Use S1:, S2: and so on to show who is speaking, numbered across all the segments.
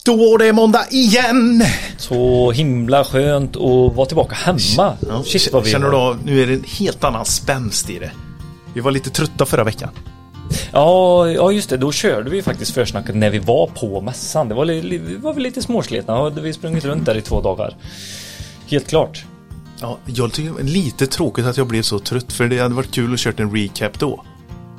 S1: Står det måndag igen?
S2: Så himla skönt att vara tillbaka hemma.
S1: Ja,
S2: Shit vad vi
S1: Känner du då, nu är det en helt annan spänst i det. Vi var lite trötta förra veckan.
S2: Ja, ja, just det. Då körde vi ju faktiskt försnacket när vi var på mässan. Det var, li, li- vi var väl lite småslitna. Ja, Vi sprungit runt där i två dagar. Helt klart.
S1: Ja, jag tycker det är lite tråkigt att jag blev så trött för det hade varit kul att kört en recap då.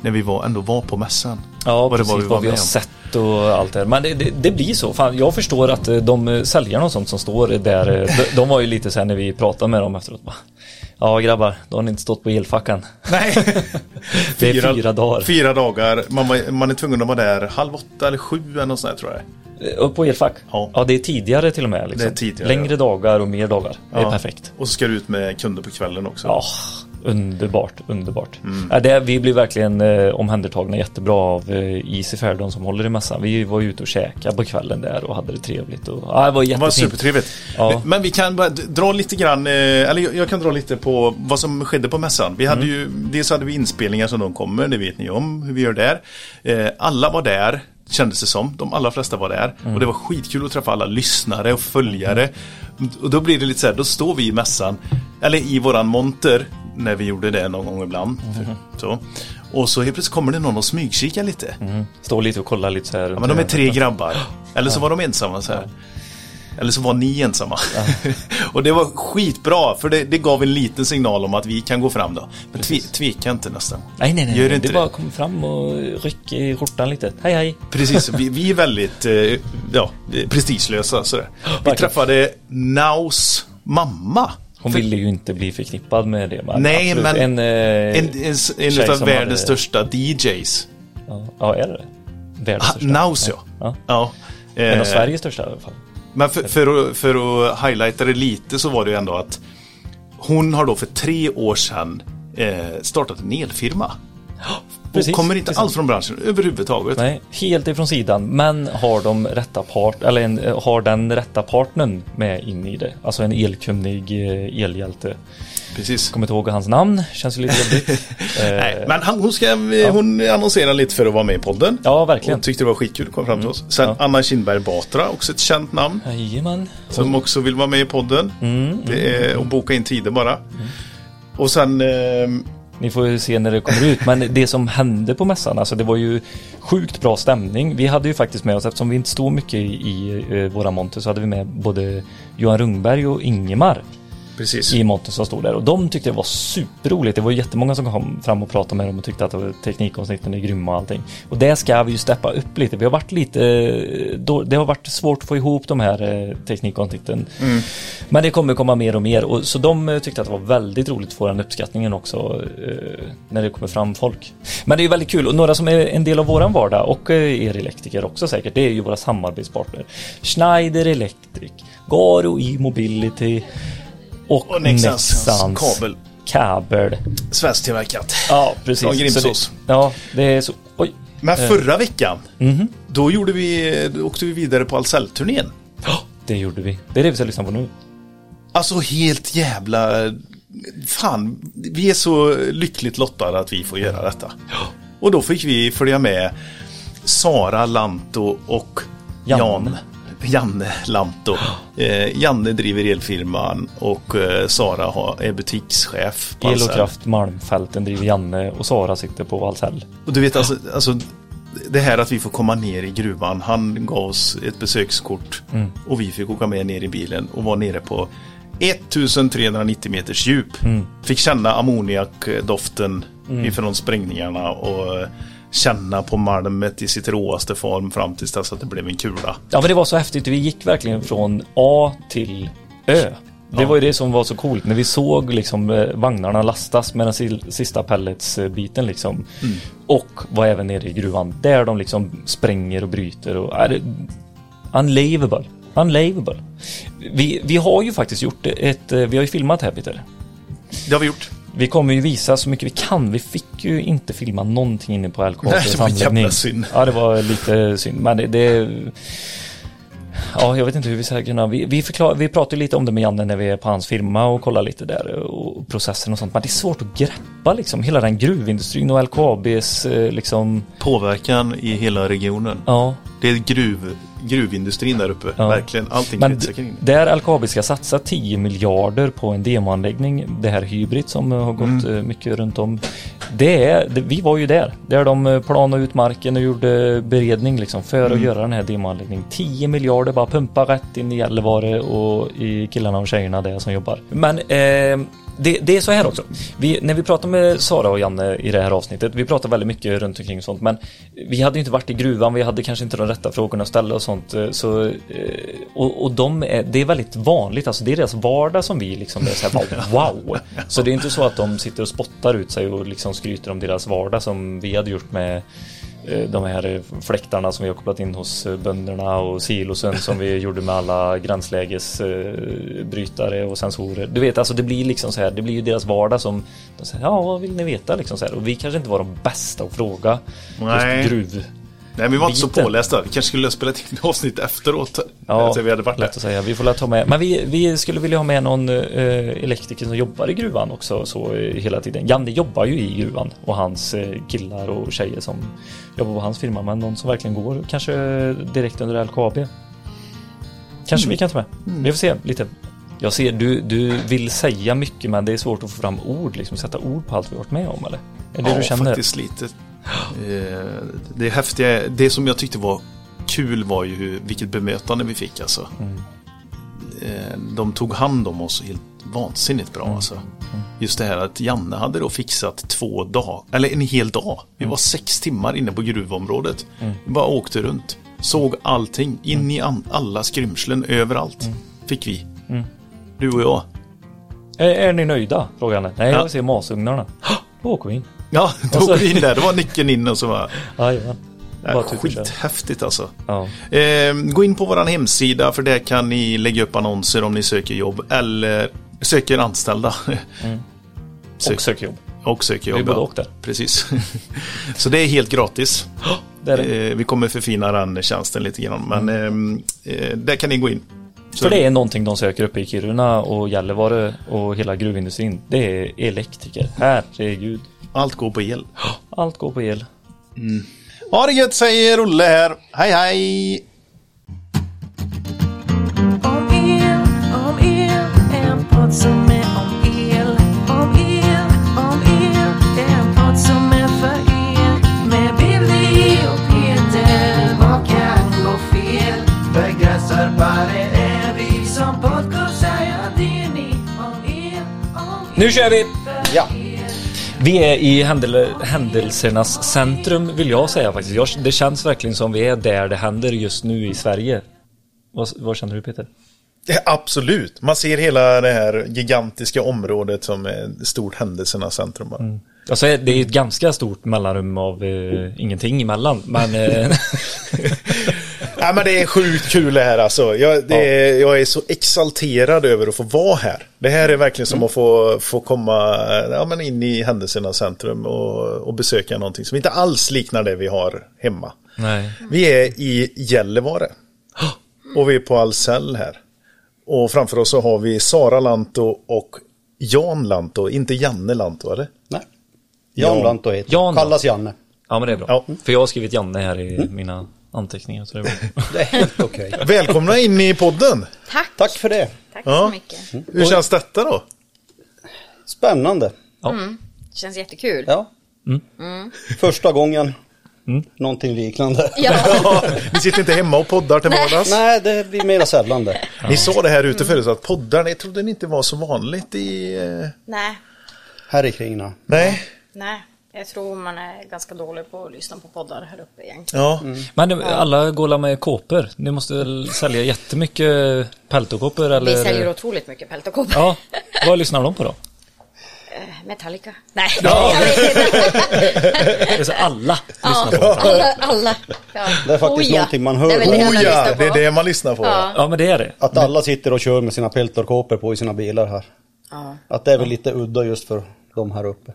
S1: När vi var, ändå var på mässan.
S2: Ja,
S1: Vad det
S2: precis
S1: var
S2: vad
S1: vi
S2: vi,
S1: var med
S2: har
S1: om.
S2: sett och allt det här. Men det, det, det blir så. Fan, jag förstår att eh, de eh, säljarna och sånt som står där, eh, de, de var ju lite sen när vi pratade med dem efteråt. Bara, ja grabbar, då har ni inte stått på elfackan.
S1: Nej.
S2: Det är fyra dagar.
S1: Fyra dagar. Man, var, man är tvungen att vara där halv åtta eller sju eller något sånt där, tror jag.
S2: Eh, Och på elfack?
S1: Ja.
S2: det är tidigare till och med. Liksom.
S1: Det är tidigare,
S2: Längre dagar och mer dagar. Det är
S1: Ja.
S2: perfekt.
S1: Och så ska du ut med kunder på kvällen också.
S2: Ja, underbart, underbart.
S1: Mm.
S2: Ja, det, vi blev verkligen eh, omhändertagna jättebra av eh, Easy Fair, de som håller i mässan. Vi var ju ute och käkade på kvällen där och hade det trevligt. Och, ja,
S1: Det
S2: det var
S1: var
S2: jättefint.
S1: supertrevligt.
S2: Ja.
S1: Men vi kan bara d- dra lite grann, eh, eller jag- jag kan dra lite på vad som skedde på mässan. Vi
S2: Mm.
S1: hade ju, dels hade vi inspelningar som de kommer, det vet ni om hur vi gör där. Eh, Alla var där, kändes det som. De allra flesta var där.
S2: Mm.
S1: Och det var skitkul att träffa alla lyssnare och följare. Mm. Och då blir det lite så här, då står vi i mässan, eller i våran monter, när vi gjorde det någon gång ibland.
S2: Mm.
S1: Så. Och så helt plötsligt kommer det någon och smygkika lite.
S2: Står lite och kollar lite så här.
S1: Ja, men de är tre grabbar. Eller så var de ensamma så här. Eller så var ni ensamma. och det var skitbra, för det, det gav en liten signal om att vi kan gå fram då. Men tve, tveka inte nästa gång.
S2: Nej, nej, nej.
S1: Gör
S2: det
S1: inte det.
S2: bara kom fram och ryck i skjortan lite. Hej, hej.
S1: Precis, vi, vi är väldigt eh, ja, prestigelösa. Sådär. Vi
S2: Verkligen.
S1: träffade Naus mamma.
S2: Hon ville ju inte bli förknippad med det. Men
S1: Nej,
S2: absolut.
S1: men-
S2: En, eh,
S1: En, en,
S2: tjej
S1: en av
S2: som
S1: världens
S2: hade-
S1: största DJs.
S2: ja, Ja, är det det? Världens
S1: Ah,
S2: största.
S1: Naus ja.
S2: Ja.
S1: ja.
S2: En av
S1: Eh,
S2: Sveriges största i alla fall.
S1: Men för, för, att, för att highlighta det lite så var det ju ändå att hon har då för tre år sedan eh, startat en elfirma.
S2: precis,
S1: och kommer inte
S2: precis.
S1: alls från branschen överhuvudtaget.
S2: Nej, helt ifrån sidan. Men har de rätta part, eller en, eh, har den rätta partnern med in i det? Alltså en elkunnig eh, elhjälte.
S1: Precis.
S2: Kommer inte ihåg hans namn, känns ju lite jobbigt. Eh,
S1: Nej, men han, hon, ska, hon annonserar lite för att vara med i podden.
S2: Ja, verkligen. Mm.
S1: Hon tyckte det var skitkul att komma fram till oss. Sen Anna Kinberg Batra, också ett känt namn.
S2: Jajamän.
S1: Som också vill vara med i podden.
S2: Mm,
S1: det är, och boka in tider bara. Och sen eh,
S2: Ni får ju se när det kommer ut. Men det som hände på mässan, alltså det var ju sjukt bra stämning. Vi hade ju faktiskt med oss, eftersom vi inte stod mycket i, i eh, våra monter, så hade vi med både Johan Rungberg och Ingemar.
S1: Precis.
S2: i monten som stod där och de tyckte det var superroligt. Det var jättemånga som kom fram och pratade med dem och tyckte att det var- teknikavsnitten är grymma och allting. Och det ska vi ju steppa upp lite. Vi har varit lite, eh, då- det har varit svårt att få ihop de här eh, teknikavsnitten. Men det kommer komma mer och mer och så de eh, tyckte att det var väldigt roligt att få den uppskattningen också eh, när det kommer fram folk. Men det är ju väldigt kul och några som är en del av våran vardag och eh, er elektriker också säkert, det är ju våra samarbetspartner. Schneider Electric, Garo E-mobility och,
S1: Och Nexans
S2: Nexans,
S1: kabel.
S2: kabel.
S1: svensktillverkat.
S2: Ja, precis.
S1: Och grimsås.
S2: Så det, ja, det är så. Oj.
S1: Men förra veckan, då, gjorde vi, då åkte vi vidare på Ahlsell-turnén.
S2: Det gjorde vi. Det är det vi ska lyssna på nu.
S1: Alltså helt jävla... Fan, vi är så lyckligt lottade att vi får göra detta. Och då fick vi följa med Sara Lanto och
S2: Janne.
S1: Jan. Janne Lanto. Eh, Janne driver elfirman och eh, Sara har, är butikschef. på
S2: El och
S1: Ahlsell.
S2: kraft Malmfälten driver Janne och Sara sitter på Ahlsell.
S1: Och du vet alltså, alltså det här att vi får komma ner i gruvan. Han gav oss ett besökskort och vi fick åka med ner i bilen och var nere på 1390 meters djup. Fick känna ammoniakdoften ifrån sprängningarna och känna på malmet i sitt råaste form fram tills dess att det blev en kula.
S2: Ja, men det var så häftigt. Vi gick verkligen från A till Ö. Det var ju det som var så coolt när vi såg liksom eh, vagnarna lastas med den sil- sista pelletsbiten liksom. Och var även nere i gruvan där de liksom spränger och bryter och är det unbelievable. Unbelievable. Vi, vi har ju faktiskt gjort ett, eh, vi har ju filmat här Peter.
S1: Det har vi gjort.
S2: Vi kommer ju visa så mycket vi kan. Vi fick ju inte filma någonting inne på
S1: Nej, det
S2: LKABs
S1: var
S2: anläggning.
S1: jävla synd.
S2: Ja, det var lite synd. Men det... det ja, jag vet inte hur vi ska kunna... Vi, vi, förklar, vi pratar ju lite om det med Janne när vi är på hans firma och kollar lite där och processen och sånt. Men det är svårt att greppa liksom hela den gruvindustrin och LKABs eh, liksom...
S1: Påverkan i hela regionen.
S2: Ja,
S1: Det är gruv, gruvindustrin där uppe,
S2: Ja.
S1: verkligen. Allting
S2: Men
S1: kretsar kring det.
S2: där LKAB ska satsa 10 miljarder på en demoanläggning, det här hybrid som eh, har gått
S1: Mm.
S2: eh, mycket runt om. Det är, det, vi var ju där, där de eh, planade ut marken och gjorde beredning liksom för
S1: Mm.
S2: att göra den här demoanläggningen. 10 miljarder bara pumpa rätt in i Gällivare och i killarna och tjejerna där som jobbar. Men eh, det, det är så här också. Vi, när vi pratar med Sara och Janne i det här avsnittet, vi pratar väldigt mycket runt omkring sånt, men vi hade ju inte varit i gruvan, vi hade kanske inte de rätta frågorna att ställa och sånt. eh, Så, eh, och och de är, det är väldigt vanligt, alltså det är deras vardag som vi liksom är så här, bara, wow. Så det är inte så att de sitter och spottar ut sig och liksom skryter om deras vardag som vi hade gjort med eh, de här eh, fläktarna som vi har kopplat in hos eh, bönderna och silosen som vi gjorde med alla gränslägesbrytare och sensorer. Du vet, alltså det blir liksom så här, det blir ju deras vardag som de säger, ja vad vill ni veta liksom så här. Och vi kanske inte var de bästa att fråga
S1: Nej.
S2: just gruv.
S1: Nej, men vi var inte så
S2: Biten.
S1: pålästa. Vi kanske skulle spela till ett avsnitt efteråt.
S2: Ja,
S1: Efter vi hade varit där.
S2: lätt att säga. Vi får la ta med. Men vi, vi skulle vilja ha med någon eh, elektriker som jobbar i gruvan också så eh, hela tiden. Janne jobbar ju i gruvan och hans eh, killar och tjejer som jobbar på hans firma. Men någon som verkligen går kanske eh, direkt under LKAB. Kanske
S1: Mm.
S2: vi kan ta med. Vi får se lite. Jag ser, du, du vill säga mycket men det är svårt att få fram ord, liksom sätta ord på allt vi varit med om eller? Är det
S1: ja,
S2: du känner?
S1: faktiskt lite. Eh, Det häftiga, det som jag tyckte var kul var ju hur, vilket bemötande vi fick alltså.
S2: Mm.
S1: Eh, De tog hand om oss helt vansinnigt
S2: Mm.
S1: bra alltså. Just det här att Janne hade då fixat två dagar, eller en hel dag. Vi
S2: Mm.
S1: var sex timmar inne på gruvområdet. Vi bara åkte runt. Såg allting, in i an- alla skrymslen, överallt.
S2: Mm.
S1: Fick vi. Du och jag.
S2: Är, är ni nöjda? Frågar Janne. Nej, jag
S1: Ja.
S2: vill se masugnarna. Då åker vi in. Ah,
S1: Ja, då
S2: Och så-
S1: åkte vi in där. Det var nyckeln in och så var
S2: Jajamän.
S1: Nej,
S2: tur att köra.
S1: skithäftigt alltså.
S2: Ja.
S1: Eh, gå in på vår hemsida för där kan ni lägga upp annonser om ni söker jobb eller söker anställda.
S2: Och söker jobb.
S1: Och söker jobb.
S2: Det är både
S1: ja.
S2: och där.
S1: Precis. Så det är helt gratis.
S2: Det är det.
S1: Eh, vi kommer förfina den tjänsten lite grann. Men
S2: Mm.
S1: eh, eh, där kan ni gå in. Så-
S2: För det är någonting de söker uppe i Kiruna och Gällivare och hela gruvindustrin. Det är elektriker. Herregud.
S1: Allt går på el.
S2: Allt går på el.
S1: Ha det gött säger Olle här. Hej hej!
S3: Om el, om el, en podd som är om el. Om el, om el, en podd som är för er. Med Billy och Peter, vad kan gå fel? Begränsarbare är vi som podcastar, ja det är ni. Om el, om el.
S2: Nu kör vi!
S3: för er.
S2: Vi är i händel- händelsernas centrum vill jag säga faktiskt. Jag, det känns verkligen som vi är där det händer just nu i Sverige. Vad, vad känner du Peter?
S1: Ja, absolut, man ser hela det här gigantiska området som är ett stort händelsernas centrum. bara.
S2: Alltså det är ett ganska stort mellanrum av eh, ingenting emellan. Men eh,
S1: Ja, men det är sjukt kul det här alltså. Jag, det är, jag är så exalterad över att få vara här. Det här är verkligen som att få, få komma eh, ja, men in i händelsernas centrum och, och besöka någonting som inte alls liknar det vi har hemma.
S2: nej.
S1: Vi är i Gällivare. Och vi är på Ahlsell här. Och framför oss så har vi Sara Lantto och Jan Lantto, inte Janne Lantto eller?
S4: Nej. Jan Lantto heter
S2: Jan
S4: Jan
S2: Lantto.
S4: Kallas Janne.
S2: Ja men det är bra.
S1: Ja. Mm.
S2: För jag har skrivit Janne här i mina anteckningar. Så det är bra.
S4: Det är helt okej.
S1: Välkomna in i podden!
S5: Tack,
S4: Tack för det.
S5: tack
S1: Ja.
S5: så mycket.
S1: Hur känns detta då?
S4: Spännande.
S5: Det känns jättekul. Ja.
S4: Ja. Första gången. Mm. Någonting liknande.
S1: Ni sitter inte hemma och poddar till vardags?
S4: Nej, det blir mera sällan det.
S1: Ni sa det här ute förut, så att poddar, jag trodde ni inte var så vanligt i... eh,
S5: Nej,
S4: Här i Kringna.
S1: Nej.
S5: nej. Jag tror man är ganska dålig på att lyssna på poddar här uppe egentligen.
S1: Ja.
S2: Men eh, alla går la med kåpor? Ni måste väl sälja jättemycket peltokåpor eller?
S5: Vi säljer otroligt mycket peltokåpor.
S2: Ja, vad lyssnar de på då?
S5: Eh, Metallica. Nej, jag vet inte.
S2: Alltså alla lyssnar på
S5: Ja,
S2: dem.
S5: alla, alla. Ja. Oh,
S4: Det är faktiskt
S5: ja.
S4: någonting man hör.
S5: Det är väl det
S1: Oh
S5: enda jag
S1: ja,
S5: lyssnar
S1: det är
S5: på.
S1: det man lyssnar på. Ja.
S2: Ja men det är det.
S4: Att alla sitter och kör med sina peltorkåpor på i sina bilar här.
S5: Ja.
S4: Att det är väl lite udda just för de här uppe.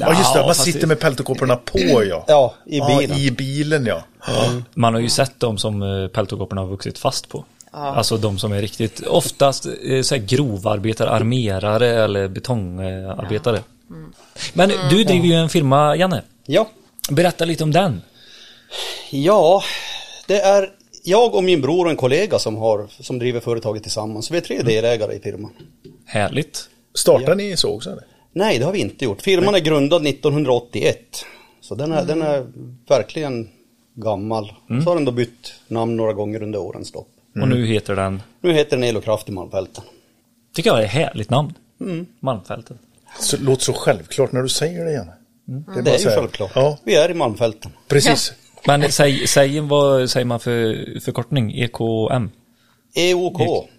S1: Ja, just det, man
S2: fast
S1: sitter med peltokåporna på ja.
S4: Ja, i
S1: Ja,
S4: bilen.
S1: i bilen ja.
S2: Man har ju sett dem som eh, peltokåporna har vuxit fast på. Alltså de som är riktigt, oftast eh, så här grovarbetare, armerare eller betongarbetare.
S5: Mm.
S2: Men du driver ju en firma Janne.
S4: Ja.
S2: Berätta lite om den.
S4: Ja, Det är jag och min bror och en kollega som, har, som driver företaget tillsammans. Vi är tre delägare i firman.
S2: Härligt.
S1: Startar ni så också? Eller?
S4: Nej, det har vi inte gjort. Firman är grundad 1981. Så den är, den är verkligen gammal. Så har den då bytt namn några gånger under årens lopp.
S1: Mm.
S2: Och nu heter den,
S4: Nu heter den Elokraft i Malmfälten.
S2: tycker jag är ett härligt namn.
S1: Mm.
S2: Malmfälten.
S1: Så, låter så självklart när du säger Mm. det igen.
S4: Det
S1: bara
S4: är
S1: så
S4: ju
S1: här.
S4: självklart.
S1: Ja,
S4: Vi är i Malmfälten.
S1: precis.
S2: Men säg, säg, vad säger man för förkortning? E EKM?
S4: EOK.
S2: Gick.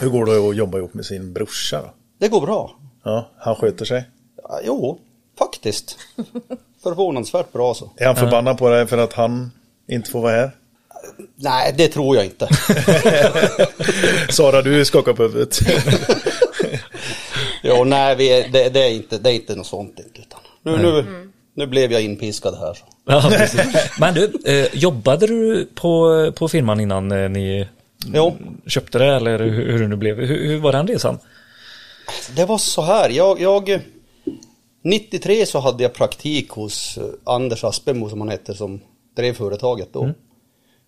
S1: Hur går det att jobba ihop med sin brorsa då?
S4: Det går bra.
S1: Ja, han sköter sig.
S4: Ja, Jo, faktiskt. Förvånansvärt bra så.
S1: Är han förbannad på dig för att han inte får vara här?
S4: Nej, det tror jag inte.
S1: Sara, du skakar på huvudet.
S4: Jo, nej, vi är, det, det, är inte, det är inte något sånt. inte, Utan. Nu, nu, nu blev jag inpiskad här. så.
S2: Ja, precis. Men du, eh, jobbade du på, på firman innan eh, ni
S4: Jo,
S2: köpte det eller hur, hur det nu blev? Hur, hur var den resan?
S4: det var så här. Jag, jag, 93 så hade jag praktik hos eh, Anders Aspemo som han hette som drev företaget då.
S2: Mm.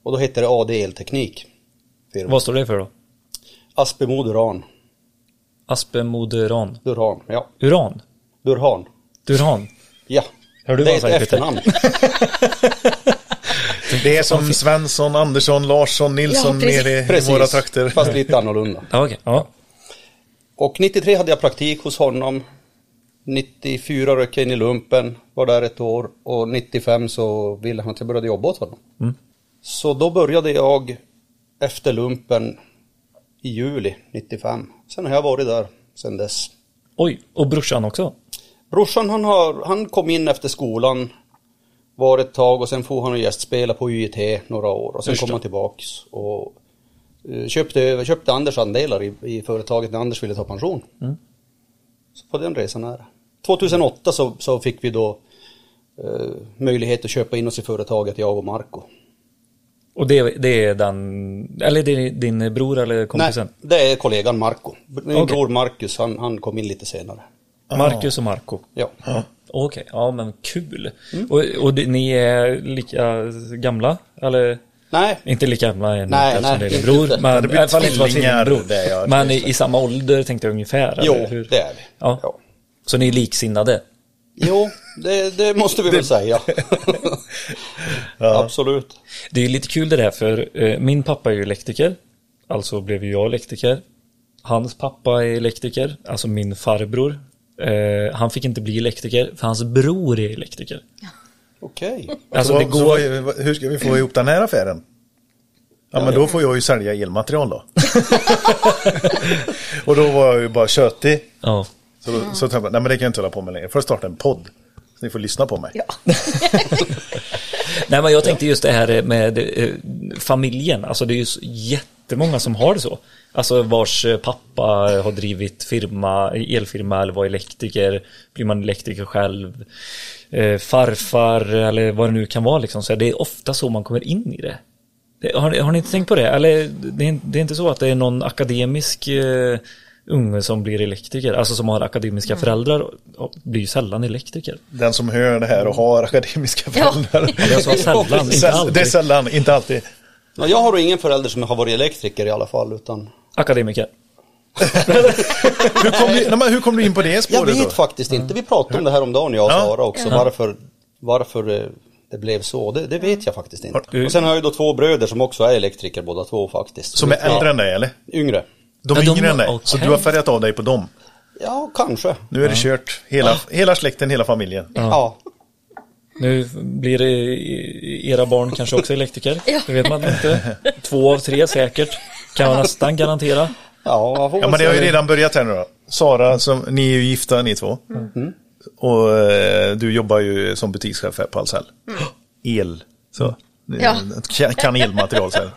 S4: Och då hette det AD Elteknik. firma.
S2: Vad står det för då?
S4: Aspemo Duran.
S2: Aspemoderan?
S4: Duran, ja.
S2: Uran?
S4: Durhan.
S2: Duran?
S4: Ja.
S2: Hör du
S4: det
S2: vad
S4: är
S2: han
S4: ett
S2: säger, Peter?
S4: efternamn.
S1: Det är som Svensson, Andersson, Larsson, Nilsson
S5: Ja, precis.
S1: nere i
S4: Precis,
S1: våra trakter.
S4: fast lite annorlunda.
S2: Ja, okej. Ja.
S4: Och 93 hade jag praktik hos honom. 94 rök jag in i lumpen, var där ett år och 95 så ville han att jag började jobba åt honom. Så då började jag efter lumpen i juli 95. Sen har jag varit där sen dess.
S2: Oj, och brorsan också?
S4: Brorsan han, har, han kom in efter skolan, var ett tag och sen får han och gästspela på UIT några år och sen
S2: Just
S4: kom
S2: det.
S4: han tillbaks och eh, köpte, över- köpte Anders andelar i, i företaget när Anders ville ta pension.
S2: Mm.
S4: Så på den resan är det. 2008 så, så fick vi då eh, möjlighet att köpa in oss i företaget, jag och Marco.
S2: Och det, det är den, eller det är din bror eller kompisen?
S4: Nej, det är kollegan Marco. Min
S2: Okej.
S4: bror Marcus, han, han kom in lite senare.
S2: Marcus och Marco?
S4: Ja.
S2: Okej, ja Mm. men kul. Och, och det, ni är lika gamla? Eller?
S4: Nej,
S2: Inte lika gamla än
S4: Nej,
S2: eftersom
S4: nej,
S2: det är din
S4: inte.
S2: bror. Men,
S1: det blir
S2: i alla fall inte var
S1: tvillingar,
S2: tvillingbror.
S1: det är jag.
S2: men i, i samma ålder tänkte jag ungefär.
S4: jo,
S2: eller hur?
S4: det är vi.
S2: Ja.
S4: Ja.
S2: Så ni är liksinnade?
S4: Jo, det, det måste vi väl säga. Absolut.
S2: Det är ju lite kul det där för eh, min pappa är ju elektriker. Alltså blev ju jag elektriker. Hans pappa är elektriker, alltså min farbror. Eh, han fick inte bli elektriker för hans bror är elektriker.
S4: Okej.
S2: Alltså
S1: så,
S2: det
S1: så,
S2: går...
S1: vad- hur ska vi få ihop den här affären? Ja, men då får jag ju sälja elmaterial då. och då var jag ju bara tjötig.
S2: Ja.
S1: Så, då, så tänkte jag, nej men det kan jag inte hålla på med längre. Får jag starta en podd? Så ni får lyssna på mig.
S2: Nej men jag tänkte just det här med eh, familjen, alltså det är ju så jättemånga som har det så. Alltså vars eh, pappa har drivit firma, elfirma eller var elektriker, blir man elektriker själv, eh, farfar eller vad det nu kan vara liksom. Så det är ofta så man kommer in i det. det har, ni- har ni inte tänkt på det? Eller det är, det är inte så att det är någon akademisk eh, unge som blir elektriker, alltså som har akademiska
S1: Mm.
S2: föräldrar, och blir ju sällan elektriker.
S1: Den som hör det här och har akademiska
S5: Ja.
S1: föräldrar.
S2: Jag sa alltså, sällan, inte
S1: Säll- Det är
S2: alltid.
S1: sällan, inte alltid.
S4: Ja, Jag har då ingen förälder som har varit elektriker i alla fall, utan
S2: Akademiker.
S1: Hur kom, du, nej, men hur kom du in på det
S4: jag
S1: spåret
S4: vet
S1: då?
S4: faktiskt inte. Vi pratade om det här om dagen, jag och
S1: Ja.
S4: Sara också, varför, varför eh, det blev så. Det, det vet jag faktiskt inte.
S2: du-
S4: Och sen har jag ju då två bröder som också är elektriker båda två faktiskt.
S1: Som är äldre än
S4: ja,
S1: dig eller?
S4: Yngre.
S1: De är
S2: Ja, de-
S1: yngre än dig. Så
S2: okej.
S1: du har färgat av dig på dem.
S4: Ja, kanske.
S1: Nu är det kört. Hela, hela släkten, hela familjen.
S4: Ja.
S2: Nu blir det era barn kanske också elektriker.
S5: Ja.
S2: Det vet man inte. Två av tre säkert. Kan man nästan garantera.
S4: Ja, man får
S1: Ja,
S4: väl
S1: men det har ju
S4: säga
S1: redan börjat här nu då. Sara, som, ni är ju gifta ni två. Och eh, du jobbar ju som butikschef här på Ahlsell. El. Så.
S5: Ja.
S1: Kan- Kan elmaterial så här.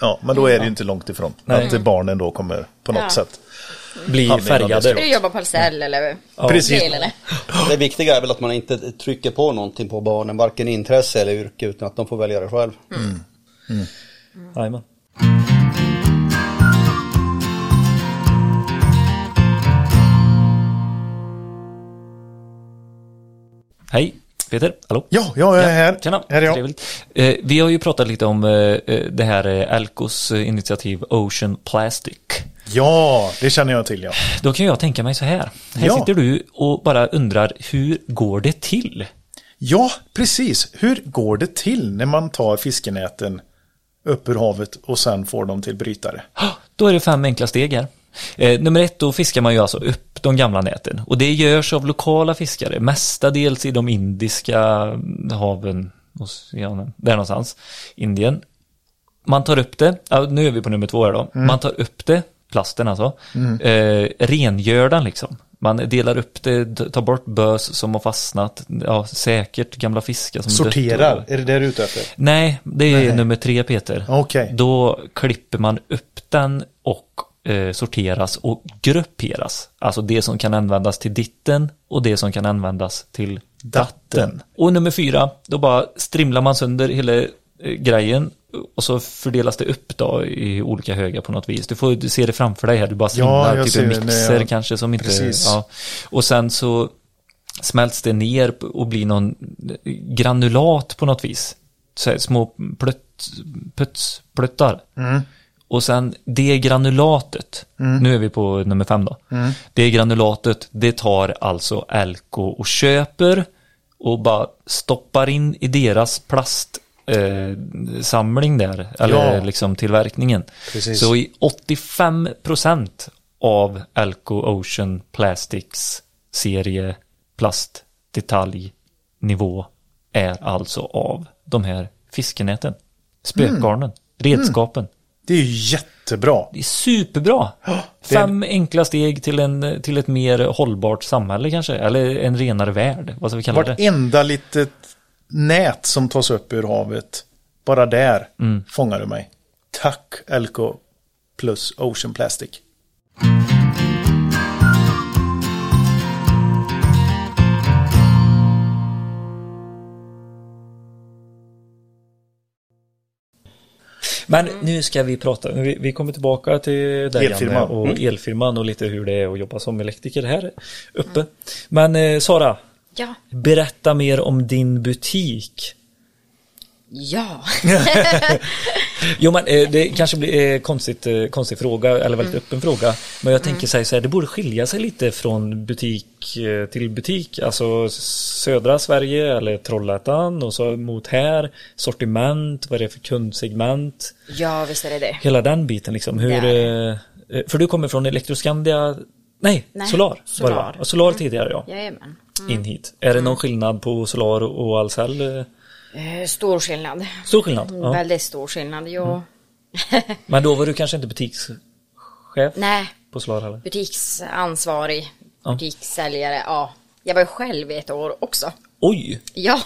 S1: Ja, men då är det ju inte långt ifrån. Att barnen då kommer på något
S5: Ja.
S1: sätt.
S2: Bli
S1: Hamnar i
S2: färgade.
S5: Du jobbar på Ahlsell eller?
S1: Precis.
S5: Mail, eller?
S4: Det viktiga är väl att man inte trycker på någonting på barnen, varken intresse eller yrke, utan att de får välja det själv.
S2: Jajamän. Hej. Peter, hallå?
S1: Ja, jag är här.
S2: Tjena,
S1: Här är jag.
S2: trevligt. Eh, vi har ju pratat lite om eh, eh, det här eh, Alcos eh, initiativ Ocean Plastic.
S1: Ja, det känner jag till ja.
S2: Då kan jag tänka mig så här. Här
S1: Ja.
S2: sitter du och bara undrar hur går det till?
S1: Ja, precis. Hur går det till när man tar fiskenäten upp ur havet och sen får dem till brytare?
S2: Då är det fem enkla steg här. Eh, nummer ett, då fiskar man ju alltså upp de gamla näten och det görs av lokala fiskare, mestadels i de indiska haven, oceanen, där någonstans, Indien. Man tar upp det, ja, nu är vi på nummer två här då, man tar upp det, plasten alltså, eh, rengör den liksom. Man delar upp det, t- tar bort bös som har fastnat, ja, säkert gamla fiskar som dött.
S1: Sorterar, är det det du är ute efter?
S2: Nej, det är nummer tre Peter.
S1: Okej.
S2: Då klipper man upp den och eh, sorteras och grupperas. Alltså det som kan användas till ditten och det som kan användas till datten. Och nummer fyra, då bara strimlar man sönder hela eh, grejen och så fördelas det upp då i olika högar på något vis. Du får du ser det framför dig här, du bara strimlar
S1: jag
S2: typ
S1: ser
S2: en
S1: det när
S2: mixer
S1: jag-
S2: kanske som inte...
S1: Precis.
S2: Ja. Och sen så smälts det ner och blir någon granulat på något vis. Så här, små plött, puts, pluttar. Och sen det granulatet, nu är vi på nummer fem då. Det granulatet, det tar alltså Elko och köper och bara stoppar in i deras plast eh, samling där, eller
S1: Ja.
S2: liksom tillverkningen.
S1: Precis.
S2: Så i 85% av Alco Ocean Plastics serie plastdetaljnivå är alltså av de här fiskenäten,
S1: Mm.
S2: spökgarnen, redskapen.
S1: Det är ju jättebra.
S2: Det är superbra.
S1: det är-
S2: Fem enkla steg till, en, till ett mer hållbart samhälle kanske, eller en renare värld, vad ska vi kalla det?
S1: Vartenda litet nät som tas upp ur havet, bara där
S5: Mm.
S1: fångar du mig. Tack Elko plus Ocean Plastic.
S2: Men nu ska vi prata, vi, vi kommer tillbaka till dig
S1: Elfirman.
S2: Janne, och elfirman och lite hur det är att jobba som elektriker här uppe. Men eh, Sara,
S5: Ja.
S2: berätta mer om din butik.
S5: Ja.
S2: Jo men eh, det kanske blir eh, konstigt, eh, konstig fråga eller väldigt öppen fråga. Men jag tänker mm. så här, det borde skilja sig lite från butik eh, till butik. Alltså södra Sverige eller Trollhättan och så mot här, sortiment, vad är det för kundsegment.
S5: ja, visst är det det.
S2: Hela den biten liksom. Hur,
S5: Ja.
S2: eh, eh, för du kommer från Elektroskandia, nej,
S5: Nej,
S2: Solar. Solar,
S5: Solar. Mm.
S2: var det, va? Ja, solar tidigare ja.
S5: Jajamän.
S2: In hit. Är det någon skillnad på Solar och Ahlsell? Eh,
S5: Eh, Stor skillnad.
S2: Stor skillnad? Ja.
S5: Väldigt stor skillnad. Jag...
S2: Men då var du kanske inte butikschef
S5: Nej,
S2: på Solar heller?
S5: butiksansvarig, butikssäljare, ja. Jag var ju själv i ett år också.
S2: Oj!
S5: Ja,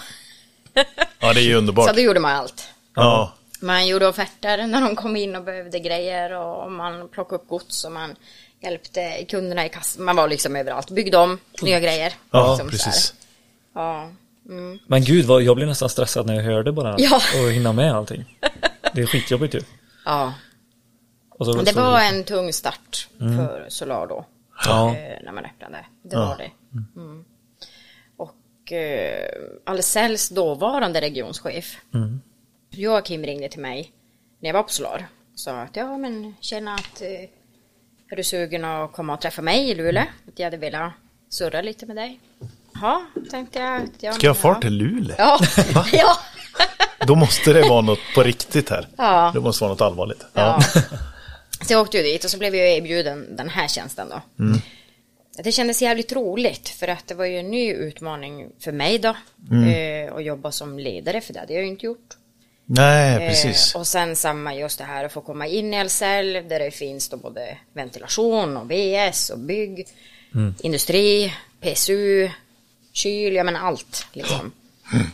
S1: Ja, det är ju underbart.
S5: så då gjorde man allt.
S1: Ja.
S5: Man gjorde offerter när de kom in och behövde grejer och man plockade upp gods och man hjälpte kunderna i kassan. Man var liksom överallt, byggde om, nya grejer.
S1: Ja,
S5: liksom
S1: precis.
S5: sådär. Ja,
S2: Men gud, vad, jag blev nästan stressad när jag hörde bara
S5: Ja.
S2: och hinna med allting. Det är skitjobbigt ju.
S5: ja.
S2: Och så,
S5: Men det
S2: så-
S5: var en tung start för Solar då.
S2: Ja.
S5: eh, när man öppnade. Det var det. Mm. Och eh, Ahlsells dåvarande regionschef Joakim ringde till mig när jag var på Solar. och Sa att ja men känner att eh, är du sugen att komma och träffa mig i Luleå? Att jag hade velat surra lite med dig. Ja, tänkte jag. Att jag
S1: Ska jag fart
S5: ja.
S1: till Luleå?
S5: Ja, ja.
S1: Då måste det vara något på riktigt här.
S5: Ja.
S1: Det måste vara något allvarligt.
S5: Ja. Så jag åkte ju dit och så blev jag erbjuden den här tjänsten då.
S1: Mm.
S5: Det kändes jävligt roligt för att det var ju en ny utmaning för mig då.
S1: Mm.
S5: Eh, att jobba som ledare för det hade jag ju inte gjort.
S1: Nej, precis.
S5: Eh, och sen samma just det här att få komma in i LSL där det finns då både ventilation och VS och bygg,
S1: Mm.
S5: industri, PSU, kyl, ja men allt liksom.
S1: Mm.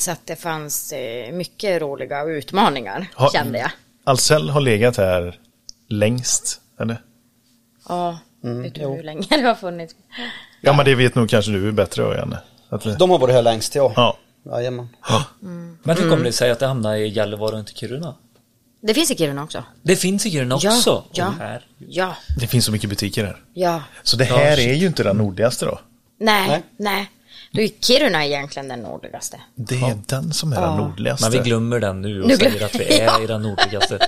S5: Så att det fanns eh, mycket roliga utmaningar
S1: Ha-
S5: kände jag.
S1: Ahlsell har legat här längst, eller?
S5: Ja,
S2: Mm.
S5: vet du hur länge det har funnits?
S1: Ja, men det vet nog kanske du bättre, Janne. Att, det-
S4: De har varit här längst, ja.
S1: Ja.
S4: Jajamän.
S2: Men hur
S5: Mm.
S2: kommer det sig att det hamnar i Gällivare och inte Kiruna?
S5: Det finns i Kiruna också.
S2: Det finns i Kiruna också?
S5: ja.
S2: Åh, herre.
S5: Ja,
S1: Det finns så mycket butiker här.
S5: ja.
S1: Mm. Så det här är ju inte den nordligaste då?
S5: Nej,
S4: Nej.
S5: nej. Då är ju Kiruna egentligen den nordligaste.
S1: Det är den som är den nordligaste.
S2: Men vi glömmer den nu och
S5: Nu
S2: säger
S5: glöm-
S2: att vi är i den nordligaste.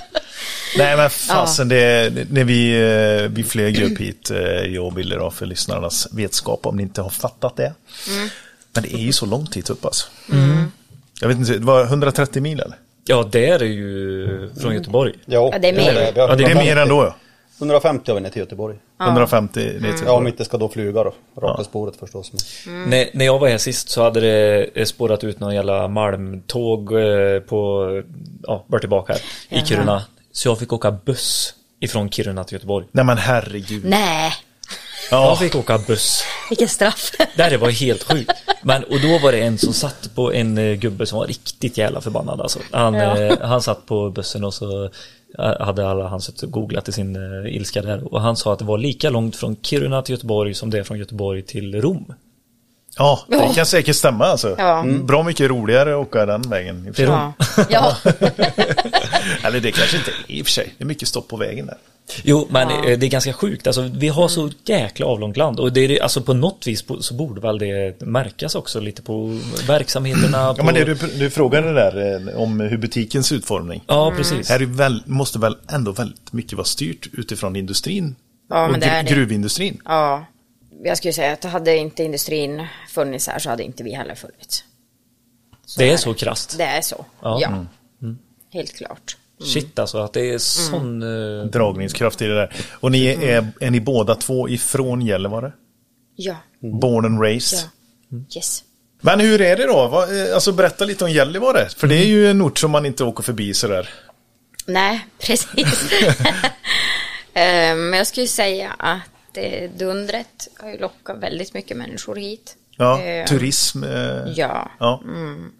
S1: Nej men fasen, det, när vi, eh, vi flög upp hit, eh, jag och Billy då, för lyssnarnas vetskap om ni inte har fattat det.
S5: Mm.
S1: Men det är ju så långt hit upp alltså. Jag vet inte, det var 130 mil eller?
S2: Ja, det är det ju från Göteborg.
S4: Ja,
S5: Ja, det är mer.
S4: Vi har
S1: Ja, det är
S4: 150.
S1: mer ändå. ja.
S4: 150 har vi ner till Göteborg.
S1: 150 ner
S5: Mm.
S1: till
S4: Ja, om vi inte ska då flyga då. Raka spåret förstås. Men.
S2: När, när jag var här sist så hade det eh, spårat ut någon jävla malmtåg eh, på, ja, vart tillbaka här, i Kiruna. Så jag fick åka buss ifrån Kiruna till Göteborg.
S1: Nej men herregud.
S5: Nej,
S2: Jag
S1: Ja,
S2: fick åka buss.
S5: vilken straff.
S2: Det här var helt sjukt. Men, och då var det en som satt på en eh, gubbe som var riktigt jävla förbannad alltså. Han,
S5: Ja.
S2: eh, han satt på bussen och så eh, hade alla han suttit och googlat i sin eh, ilska där. Och han sa att det var lika långt från Kiruna till Göteborg som det är från Göteborg till Rom.
S1: ja, det kan säkert stämma alltså.
S5: Ja.
S1: Mm. Bra mycket roligare att åka den vägen. i och för sig.
S2: Rom.
S5: Ja. ja.
S1: Eller det kanske inte är i och för sig. Det är mycket stopp på vägen där.
S2: Jo, men eh, det är ganska sjukt. Alltså, vi har så
S5: Mm.
S2: jäkla avlångt land och det är, alltså, på något vis på- så borde väl det märkas också lite på verksamheterna. På...
S1: Ja, men det du, du frågade där eh, om hur butikens utformning.
S2: ja
S5: Mm,
S2: precis.
S1: Här är väl, måste väl ändå väldigt mycket vara styrt utifrån industrin
S5: Ja,
S1: och
S5: men det är det.
S1: gruvindustrin.
S5: ja. Jag skulle säga att hade inte industrin funnits här så hade inte vi heller funnits.
S2: det är
S5: är
S2: så krasst.
S5: Det mm. är så,
S2: Ja.
S5: ja.
S2: Mm.
S5: Helt klart.
S2: Shit alltså, att det är sån... eh,
S1: Dragningskraft i det där. Och ni är,
S5: Mm.
S1: är ni båda två ifrån Gällivare?
S5: Ja,
S2: Mm.
S1: Born and raised.
S5: ja. Yes.
S1: Men hur är det då? Vad, eh, Alltså berätta lite om Gällivare. För det är ju en ort som man inte åker förbi sådär.
S5: Nej, precis. Eh, Men jag skulle säga att eh, dundret har ju lockat väldigt mycket människor hit.
S1: Ja,
S5: Eh,
S1: turism. eh,
S5: Ja. Mm.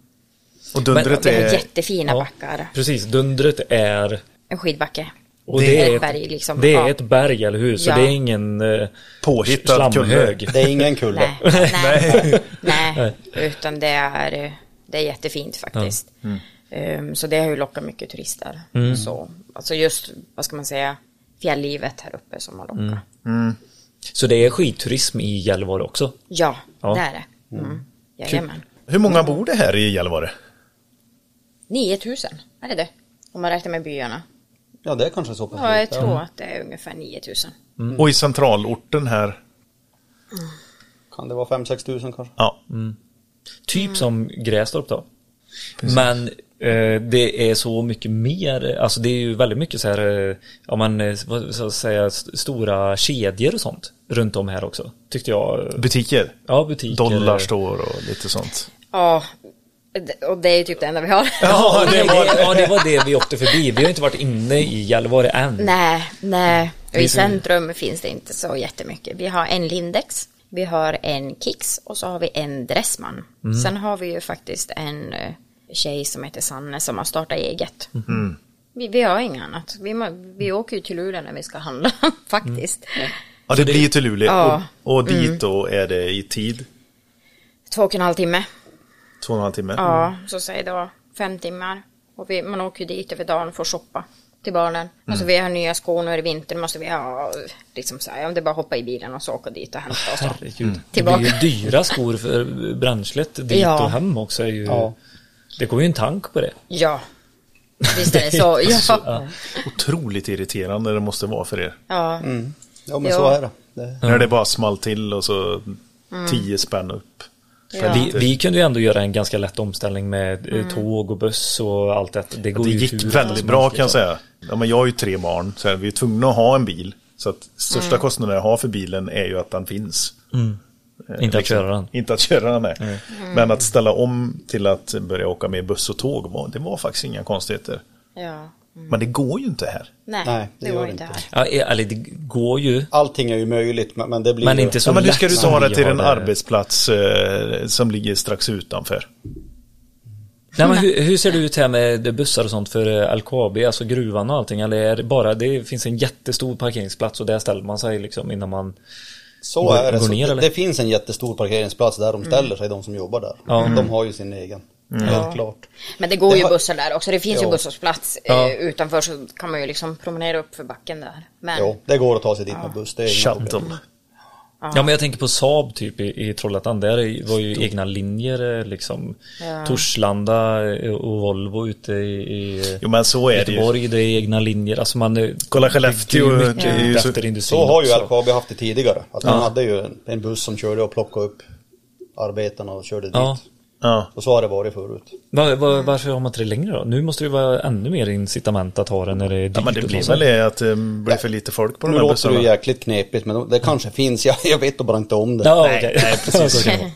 S1: ja. Och Dundret
S5: Det är
S1: är...
S5: jättefina backar.
S2: Precis, Dundret är...
S5: En skidbacke.
S2: Och
S1: Det
S2: det,
S1: är
S2: är
S5: ett
S2: ett
S5: berg, liksom.
S2: Det är
S5: Ja.
S2: ett berg, eller hur? Så
S5: Ja.
S2: det är ingen eh,
S1: Påhittad
S2: slamhög.
S4: Det är ingen kulle.
S5: Nej, nej, nej, utan det är, det är jättefint faktiskt. Ehm, så det har ju lockat mycket turister. Så, alltså just, vad ska man säga, fjälllivet här uppe som har lockat.
S2: Så det är skidturism i Gällivare också.
S5: Ja,
S2: Ja.
S5: det är det. Mm. Jajamän.
S1: Hur många
S5: Mm.
S1: bor det här i Gällivare?
S5: 9000, är det det? Om man räknar med byarna.
S4: Ja, det är kanske så pass
S5: Ja, jag
S4: lite.
S5: tror att det är ungefär 9000.
S2: Mm.
S1: Och i centralorten här?
S4: Kan det vara 5-6 tusen kanske?
S1: Ja.
S2: Typ
S5: Mm.
S2: som Grästorp då. Men eh, det är så mycket mer, alltså det är ju väldigt mycket så här, eh, ja men eh, vad ska jag säga, st- stora kedjor och sånt runt om här också. Tyckte jag.
S1: Butiker?
S2: Ja, butiker.
S1: Dollar står och lite sånt.
S5: Ja, och det är ju typ det enda vi har.
S2: Ja, det var, ja, det var det vi åkte förbi. Vi har inte varit inne i Gällivare än.
S5: Nej, nej. Och
S2: Vi
S5: i
S2: ser-
S5: centrum finns det inte så jättemycket. Vi har en Lindex, vi har en Kicks och så har vi en Dressman. Sen har vi ju faktiskt en eh, tjej som heter Sanne som har startat eget. Vi, vi har inget annat. Vi, må- vi åker ju till Luleå när vi ska handla faktiskt.
S1: Ja, det, blir till Luleå.
S5: Ja. Mm.
S1: Och, och dit då är det i tid,
S5: Två och en halv timme.
S1: två och en halv timme.
S5: Ja, Mm. så säg då fem timmar. Och vi, man åker ju dit över dagen för att shoppa till barnen.
S4: Mm.
S5: Alltså vi har nya skor, nu är det vinter, nu måste vi ha liksom så här, om det är bara att hoppa i bilen och så åka dit och hämta och så.
S2: Herregud.
S1: Mm.
S2: Det
S5: Tillbaka.
S2: blir ju dyra skor för bränslet dit
S5: Ja.
S2: och hem också. Är ju,
S4: Ja.
S2: Det går ju en tank på det.
S5: Ja, visst är det så.
S4: Alltså,
S5: Ja,
S1: Otroligt irriterande det måste vara för er.
S5: ja.
S4: Mm. Ja, men
S5: Ja.
S4: så är det. det.
S1: När det bara small till och så
S5: Mm.
S1: tio spänn upp.
S2: Vi,
S1: Typ.
S2: vi kunde ju ändå göra en ganska lätt omställning med eh, tåg och buss och allt det. Det, går
S1: Det
S2: ju
S1: gick
S2: hur
S1: väldigt
S2: som
S1: bra
S2: helst,
S1: kan jag
S2: liksom.
S1: säga. Ja, men jag har ju tre barn, så här, vi är tvungna att ha en bil. Så att största
S5: Mm.
S1: kostnaden jag har för bilen är ju att den finns. Eh,
S2: Mm. Inte att köra den.
S1: Inte att köra den, nej.
S5: Mm.
S1: Men att ställa om till att börja åka med buss och tåg, var- det var faktiskt inga konstigheter.
S5: ja.
S1: Men det går ju inte här.
S5: Nej,
S4: Nej, det
S5: det
S4: gör
S5: var
S4: det
S5: inte
S4: inte.
S2: Ja,
S5: här.
S2: eh, eller det går ju,
S4: Allting är ju möjligt, men men det blir
S2: men
S4: ju...
S2: inte så
S1: Ja, men nu
S2: lätt.
S1: ska du
S2: som
S1: ta det
S2: vi
S1: till
S2: har
S1: en
S2: det.
S1: arbetsplats eh, som ligger strax utanför.
S2: Nej, men hur, hur ser det ut här med bussar och sånt för eh, LKAB, alltså gruvan och allting? Eller är det bara, det finns en jättestor parkeringsplats och där ställer man sig liksom innan man...
S4: Så
S2: Går-
S4: är det.
S2: går
S4: så
S2: ner,
S4: det,
S2: eller?
S4: det finns en jättestor parkeringsplats där de
S5: Mm.
S4: ställer sig, de som jobbar där. De har ju sin egen, helt klart.
S5: Men det går
S4: Det
S5: ju
S4: har-
S5: bussar där också. Det finns
S4: Ja.
S5: ju busshållplats
S2: Ja.
S5: eh, utanför så kan man ju liksom promenera upp för backen där. Men,
S4: Jo, det går att ta sig dit med buss, det är inga problem.
S1: Shuttle.
S2: Ja men jag tänker på Saab typ i, i Trollhättan, där är- var ju egna linjer eh, liksom.
S5: Ja.
S2: Torslanda eh, och Volvo ute i, i
S1: Jo men så är det ju.
S2: Göteborg, det är egna linjer. Alltså man eh,
S1: Kolla Skellefteå,
S2: bygger ju mycket
S1: det är ju
S2: ut
S1: så-
S2: efter industrin
S4: Så har ju
S2: också.
S4: LKAB haft det tidigare. Att de hade ju en, en buss som körde och plockade upp arbetarna och körde dit.
S2: Ja.
S1: Ja.
S4: Och så har det varit förut.
S2: Var, var, varför har man inte det längre då? Nu måste det ju vara ännu mer incitament att ha den när det är dyrt
S1: ja men det
S2: att ta
S1: blir
S2: sig.
S1: väl det att det blir för lite folk på
S4: Nu
S1: de här
S4: låter det
S1: bussarna.
S4: ju jäkligt knepigt men det kanske finns, jag, jag vet bara inte om det.
S2: Ja,
S1: Nej,
S2: okej.
S1: nej, precis.
S2: Okej.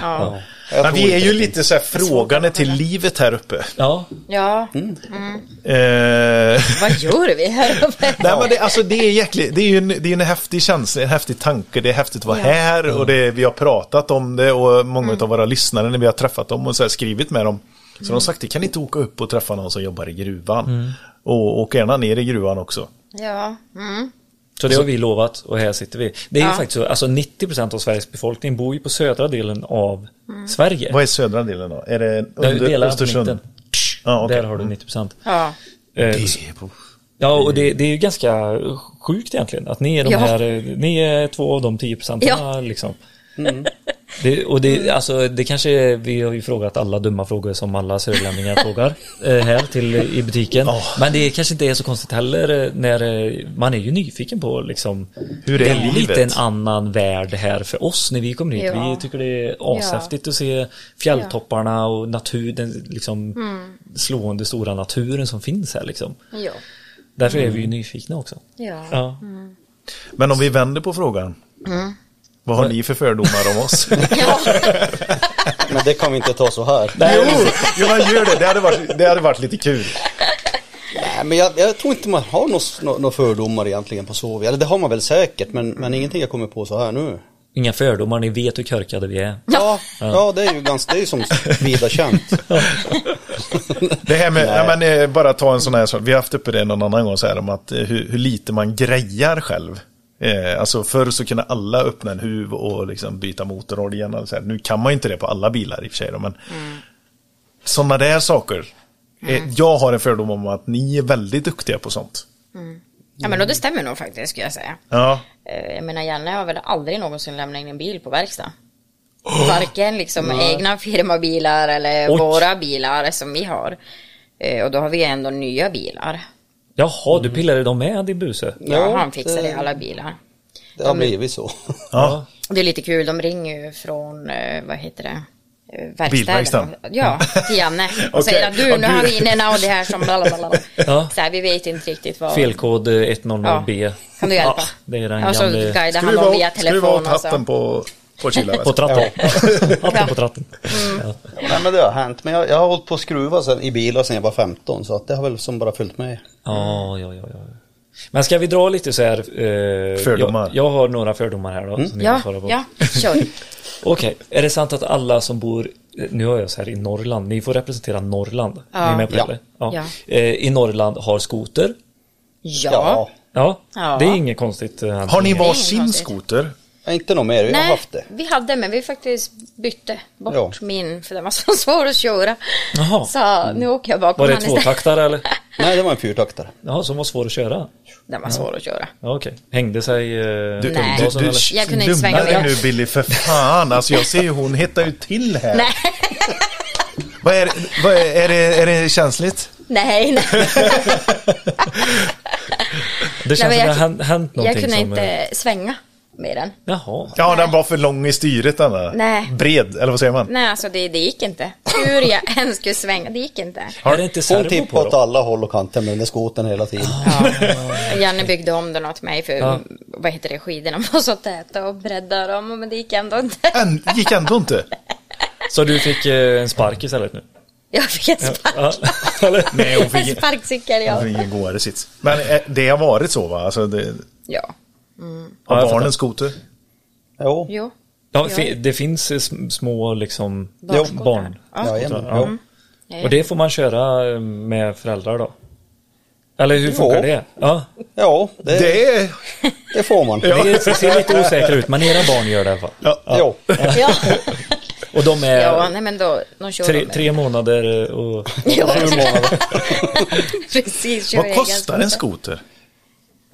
S5: Ja.
S4: Jag
S1: Men
S4: tror
S1: vi är
S4: inte
S1: ju
S4: det finns.
S1: lite så här frågande till livet här uppe.
S2: ja,
S5: ja.
S4: Mm.
S1: Eh,
S5: Vad gör vi här uppe?
S1: Nej, men det, alltså, det, är jäkligt, det är ju en, det är en häftig känsla, en häftig tanke. Det är häftigt att vara här och det, vi har pratat om det och många
S2: Mm.
S1: av våra lyssnare när vi har träffat dem och så här, skrivit med dem. Så de har sagt, det kan inte åka upp och träffa någon som jobbar i gruvan.
S2: Mm.
S1: Och åk gärna ner i gruvan också.
S5: Ja. Mm.
S2: så det har vi lovat och här sitter vi. Det är ju
S5: Ja.
S2: faktiskt så, alltså 90% av Sveriges befolkning bor ju på södra delen av Sverige.
S1: Vad är södra delen då? Är det
S2: Där
S1: under
S2: delar
S1: Östersund?
S2: mitten.
S1: Ja, okej.
S2: Där har du 90%.
S5: ja.
S2: Eh,
S1: Det är på-
S2: Ja, och det, det är ju ganska sjukt egentligen att ni är, de
S5: Ja.
S2: här, eh, ni är två av de 10 procenten.
S5: Ja.
S2: Liksom.
S1: Mm.
S2: Det, och det, alltså, det kanske är, vi har ju frågat alla dumma frågor som alla sörlänningar frågar eh, här till, i butiken.
S1: Ja.
S2: Men det kanske inte är så konstigt heller eh, när eh, man är ju nyfiken på liksom,
S1: Hur är
S2: det
S1: livet?
S2: lite en annan värld här för oss när vi kommer hit.
S5: Ja.
S2: Vi tycker det är ashäftigt att se fjälltopparna och natur, den liksom,
S5: Mm.
S2: slående stora naturen som finns här. Liksom.
S5: Ja.
S2: Därför är vi
S5: Mm.
S2: ju nyfikna också.
S5: Ja. Mm.
S2: Ja.
S1: Men om vi vänder på frågan. Vad har ni för fördomar om oss?
S4: Men det kan vi inte ta så här.
S1: jo, jo, men gör det. Det hade, varit, det hade varit lite kul.
S4: Nej, men jag, jag tror inte man har några nå fördomar egentligen på så. Eller det har man väl säkert, men, men ingenting jag kommer på så här nu.
S2: Inga fördomar, ni vet hur körkade vi är.
S4: Ja, ja det är ju ganska, det är ju som vida känt.
S1: Det här med, ja, men, eh, bara ta en sån här sak. Vi har haft uppe det någon annan gång så här om att eh, hur, hur lite man grejar själv. Eh, alltså förr så kunde alla öppna en huv och liksom byta motorolja. och Så här. Nu kan man ju inte det på alla bilar i och för sig. Då, men sådana där saker. Eh, Jag har en fördom om att ni är väldigt duktiga på sånt.
S5: ja, men då det stämmer nog faktiskt skulle jag säga.
S1: Ja,
S5: Eh, Jag menar Janne har väl aldrig någonsin lämnat in en bil på verkstad. Varken liksom egna firmabilar eller
S2: Oj.
S5: våra bilar som vi har. Eh, Och då har vi ändå nya bilar.
S2: Jaha, du pillade dem med i Buse?
S5: Mm. Ja,
S4: Ja,
S5: han fixar
S4: det-
S5: i alla bilar.
S4: Det har blivit så.
S1: ja.
S5: Det är lite kul, de ringer ju från, eh, vad heter det? Eh,
S1: Bilverkstaden.
S5: Verkstaden. Ja, till Janne. Och
S1: Okej.
S5: säger att
S1: Ja,
S5: du, nu
S1: du-
S5: har vi in en Audi här som bla bla bla. bla.
S2: Ja.
S5: Så här, vi vet inte riktigt vad.
S2: Felkod eh, 100B.
S5: Ja. Kan du hjälpa?
S2: Ja, det är den
S5: och så
S2: gamle-
S5: guidar han
S1: Skruva
S5: dem
S1: åt,
S5: via
S1: skruva
S5: telefon. alltså.
S1: åt
S5: och så.
S1: hatten på, på
S2: På
S1: kylarväskan.
S2: tratten. Hatten
S5: Ja. Mm.
S2: på tratten. Ja.
S4: Nej, men det har hänt. Men jag, jag har hållit på att skruva sen, i bilar sedan jag var 15, så att det har väl som bara följt med.
S2: Ja, ja, ja, ja. Men ska vi dra lite så här... Eh,
S1: Fördomar.
S2: Jag, jag har några fördomar här då. Som ni
S5: Ja,
S2: får svara på.
S5: ja, kör.
S2: Okej, är det sant att alla som bor, eh, nu har jag så här i Norrland, ni får representera Norrland.
S5: Ja.
S2: Ni är med på det?
S4: Ja.
S2: eller? ja. Eh, I Norrland har skoter.
S5: Ja.
S2: Ja,
S5: Ja.
S2: det är inget konstigt. eh,
S1: Har ni
S2: antingen.
S1: varsin
S5: konstigt.
S1: skoter?
S4: Ja, inte något mer, jag har
S5: Nej,
S4: haft det.
S5: vi hade men vi faktiskt bytte bort
S4: Ja.
S5: min för den var så svår att köra.
S2: Jaha.
S5: Så
S4: Mm.
S5: nu åker jag bakom
S2: Var det
S5: han istället.
S2: tvåtaktare eller?
S4: Nej, det var en fyrtaktare.
S2: Ja, som var svår att köra.
S5: Den var svår att köra.
S2: Ja, okej. Hängde sig... eh,
S1: Du,
S5: Nej.
S1: du,
S2: gasen,
S1: du,
S2: eller?
S5: Jag kunde inte svänga
S1: lugna dig
S5: med.
S1: nu Billy, för fan. Alltså jag ser ju hon hettar ju till här.
S5: Nej,
S1: Vad är, vad är, är, det, är det känsligt?
S5: nej, nej.
S2: det känns
S5: Nej,
S2: som
S5: men
S2: det har hänt- hänt
S5: jag
S2: någonting
S5: kunde
S2: som... eh,
S5: inte svänga med den.
S2: Jaha.
S1: Ja, den var för lång i styret den där.
S5: Nej.
S1: Bred, eller vad säger man?
S5: Nej, alltså det, det gick inte. Hur jag än skulle svänga, det gick inte.
S2: Är det inte
S4: Hon
S2: servo
S4: tippade
S2: på
S4: åt
S2: då? Ah.
S4: alla håll och kanter med den där skotern hela tiden.
S5: Janne byggde om den åt mig för,
S2: Ja.
S5: vad heter det, skidorna var så täta och bredda dem, men det gick ändå inte.
S1: Än, gick ändå inte.
S2: Så du fick eh, en spark istället nu?
S5: Jag fick en spark.
S2: Ja, eller?
S1: Nej, hon fick,
S5: En sparkcykel,
S1: hon
S5: ja.
S1: fick ingen godare sits. Men eh, det har varit så va? Alltså, det,
S5: Ja,
S1: har
S2: Ja, jag fattar.
S1: barnen skoter?
S4: Jo,
S5: jo.
S2: Ja, fi- det finns eh, sm- små liksom...
S5: Barnskotrar.
S2: Barn.
S4: ja,
S2: Ja. Och det får man köra eh, med föräldrar då? Eller hur funkar det? Ja,
S4: ja det, det...
S1: Det är...
S4: får man.
S2: det är- det ser lite osäkert ut, men era barn gör det i alla fall.
S1: Ja.
S4: Jo.
S5: Ja,
S2: Och de är
S5: ja nej men då, de kör
S2: tre,
S5: de.
S2: tre månader eh, och...
S5: Ja. Precis, kör
S1: Vad
S5: egen
S1: kostar en
S5: skoter.
S1: skoter?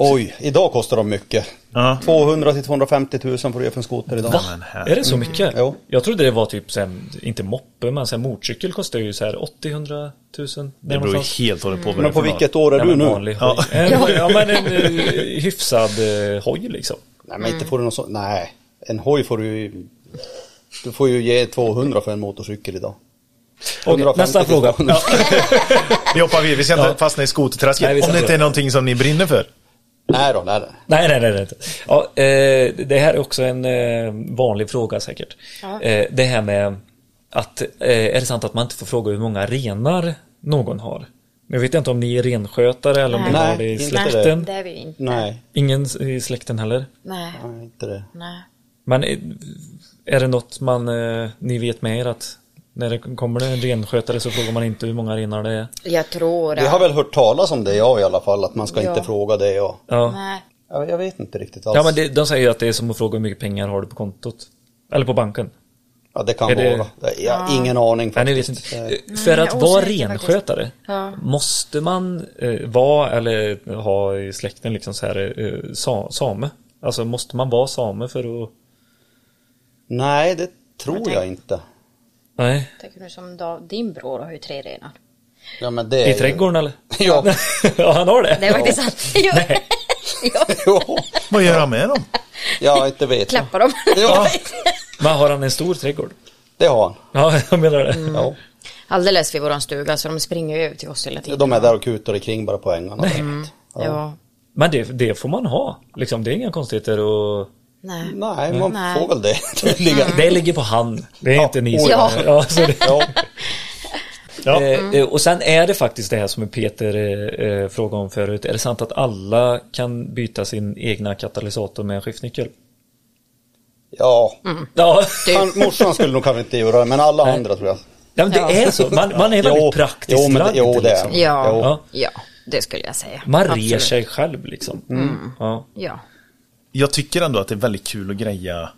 S4: Oj, idag kostar de mycket.
S1: Ja.
S4: 200 till 250 000 får du ge för en skoter idag.
S2: Va?
S1: men här- Mm.
S2: Är det så mycket?
S4: Jo.
S2: Jag trodde det var typ så här, inte moppe, men så här, motorcykel kostar ju så här 80-100 000.
S1: Det beror ju helt och hållet Mm. på vad det
S4: Men
S1: är
S4: på
S1: för
S4: vilket
S1: något.
S4: år är
S2: Ja,
S4: du
S2: men
S4: nu?
S2: vanlig hoj.
S1: Ja.
S2: En hoj. Ja. men en eh, hyfsad eh, hoj liksom.
S4: Nej, men inte får du någon sån. Nej, en hoj får du ju... Du får ju ge 200 för en motorcykel idag.
S2: Okej,
S4: 150
S2: nästa
S4: till
S2: fråga.
S4: 200.
S1: Vi hoppar vidare, vi ska inte fastna i
S2: Nej, vi
S1: skotertrasket.
S2: ska
S1: Om det
S2: inte
S1: inte
S2: göra
S1: är någonting som ni brinner för.
S4: Nej då, nej då.
S2: Nej, nej, nej, nej. inte. Ja, eh, det här är också en eh, vanlig fråga säkert.
S5: Ja.
S2: Eh, det här med att eh, är det sant att man inte får fråga hur många renar någon har? Nu vet jag inte om ni är renskötare eller om ni
S5: Nej.
S2: har det i
S4: Nej,
S5: Nej,
S4: Släkten?
S2: släkten.
S5: det är vi inte.
S4: Nej,
S2: Ingen i släkten heller.
S5: Nej,
S4: nej, inte det.
S5: nej.
S2: Men eh, är det något man, eh, ni vet med er att när det kommer en renskötare så frågar man inte hur många renar det är?
S5: Jag tror
S4: Vi
S5: att...
S4: har väl hört talas om det, jag i alla fall, att man ska
S5: Ja.
S4: inte fråga det. Och...
S2: Ja.
S5: Nej.
S4: Ja, jag vet inte riktigt alls.
S2: Ja men det, de säger ju att det är som att fråga hur mycket pengar har du på kontot? Eller på banken?
S4: Ja, det kan
S2: Är det-
S4: vara. Det... Jag har ingen aning.
S2: Nej, ni vet
S4: faktiskt.
S2: inte.
S4: Eh,
S2: Eh, För
S5: jag är
S2: att vara
S5: osäker faktiskt.
S2: renskötare
S5: Ja.
S2: måste man eh, vara eller ha i släkten liksom så här eh, sa, same? Alltså måste man vara same för att...
S4: Nej, det tror jag inte.
S2: Nej.
S5: Tänker du som Dav, din bror har ju tre renar.
S4: Ja, men det är
S2: I
S4: ju-
S2: trädgården eller?
S4: Ja.
S2: ja, han har det.
S5: Det är faktiskt sant. Jo. Ja.
S4: Jo,
S1: Vad gör han med dem?
S4: jag inte vet.
S5: Klappa dem.
S4: Ja,
S2: Men har han en stor trädgård?
S4: det har han.
S2: Ja, jag menar det.
S5: Mm.
S4: Ja.
S5: Alldeles vid våran stuga så de springer ju ut till oss hela tiden.
S4: De är där och kutar kring bara på ängarna. direkt.
S5: Ja.
S2: Men det, det får man ha. Liksom, det är inga konstigheter och...
S5: Nej.
S4: Nej, man
S5: Nej.
S4: får väl det tydligen.
S2: Det ligger på han. Det är
S4: Ja,
S2: inte ni
S4: oj.
S2: som...
S5: Ja.
S2: Ja, så det,
S4: Ja,
S2: Eh, eh, Och sen är det faktiskt det här som Peter eh, eh, frågade om förut. Är det sant att alla kan byta sin egna katalysator med en skiftnyckel?
S4: ja.
S2: Ja,
S4: Han, morsan skulle nog kanske inte göra det, men alla andra tror jag.
S2: ja men det
S5: Ja.
S2: är så. Man, man är väldigt
S4: Jo,
S2: praktiskt
S4: jo, men det-
S2: lagd,
S4: jo, det är
S2: liksom.
S4: man.
S5: Ja.
S2: Ja.
S5: ja, det skulle jag säga.
S2: Man rer
S5: Absolut.
S2: sig själv liksom.
S4: Mm.
S2: Ja.
S5: Ja.
S1: Jag tycker ändå att det är väldigt kul att greja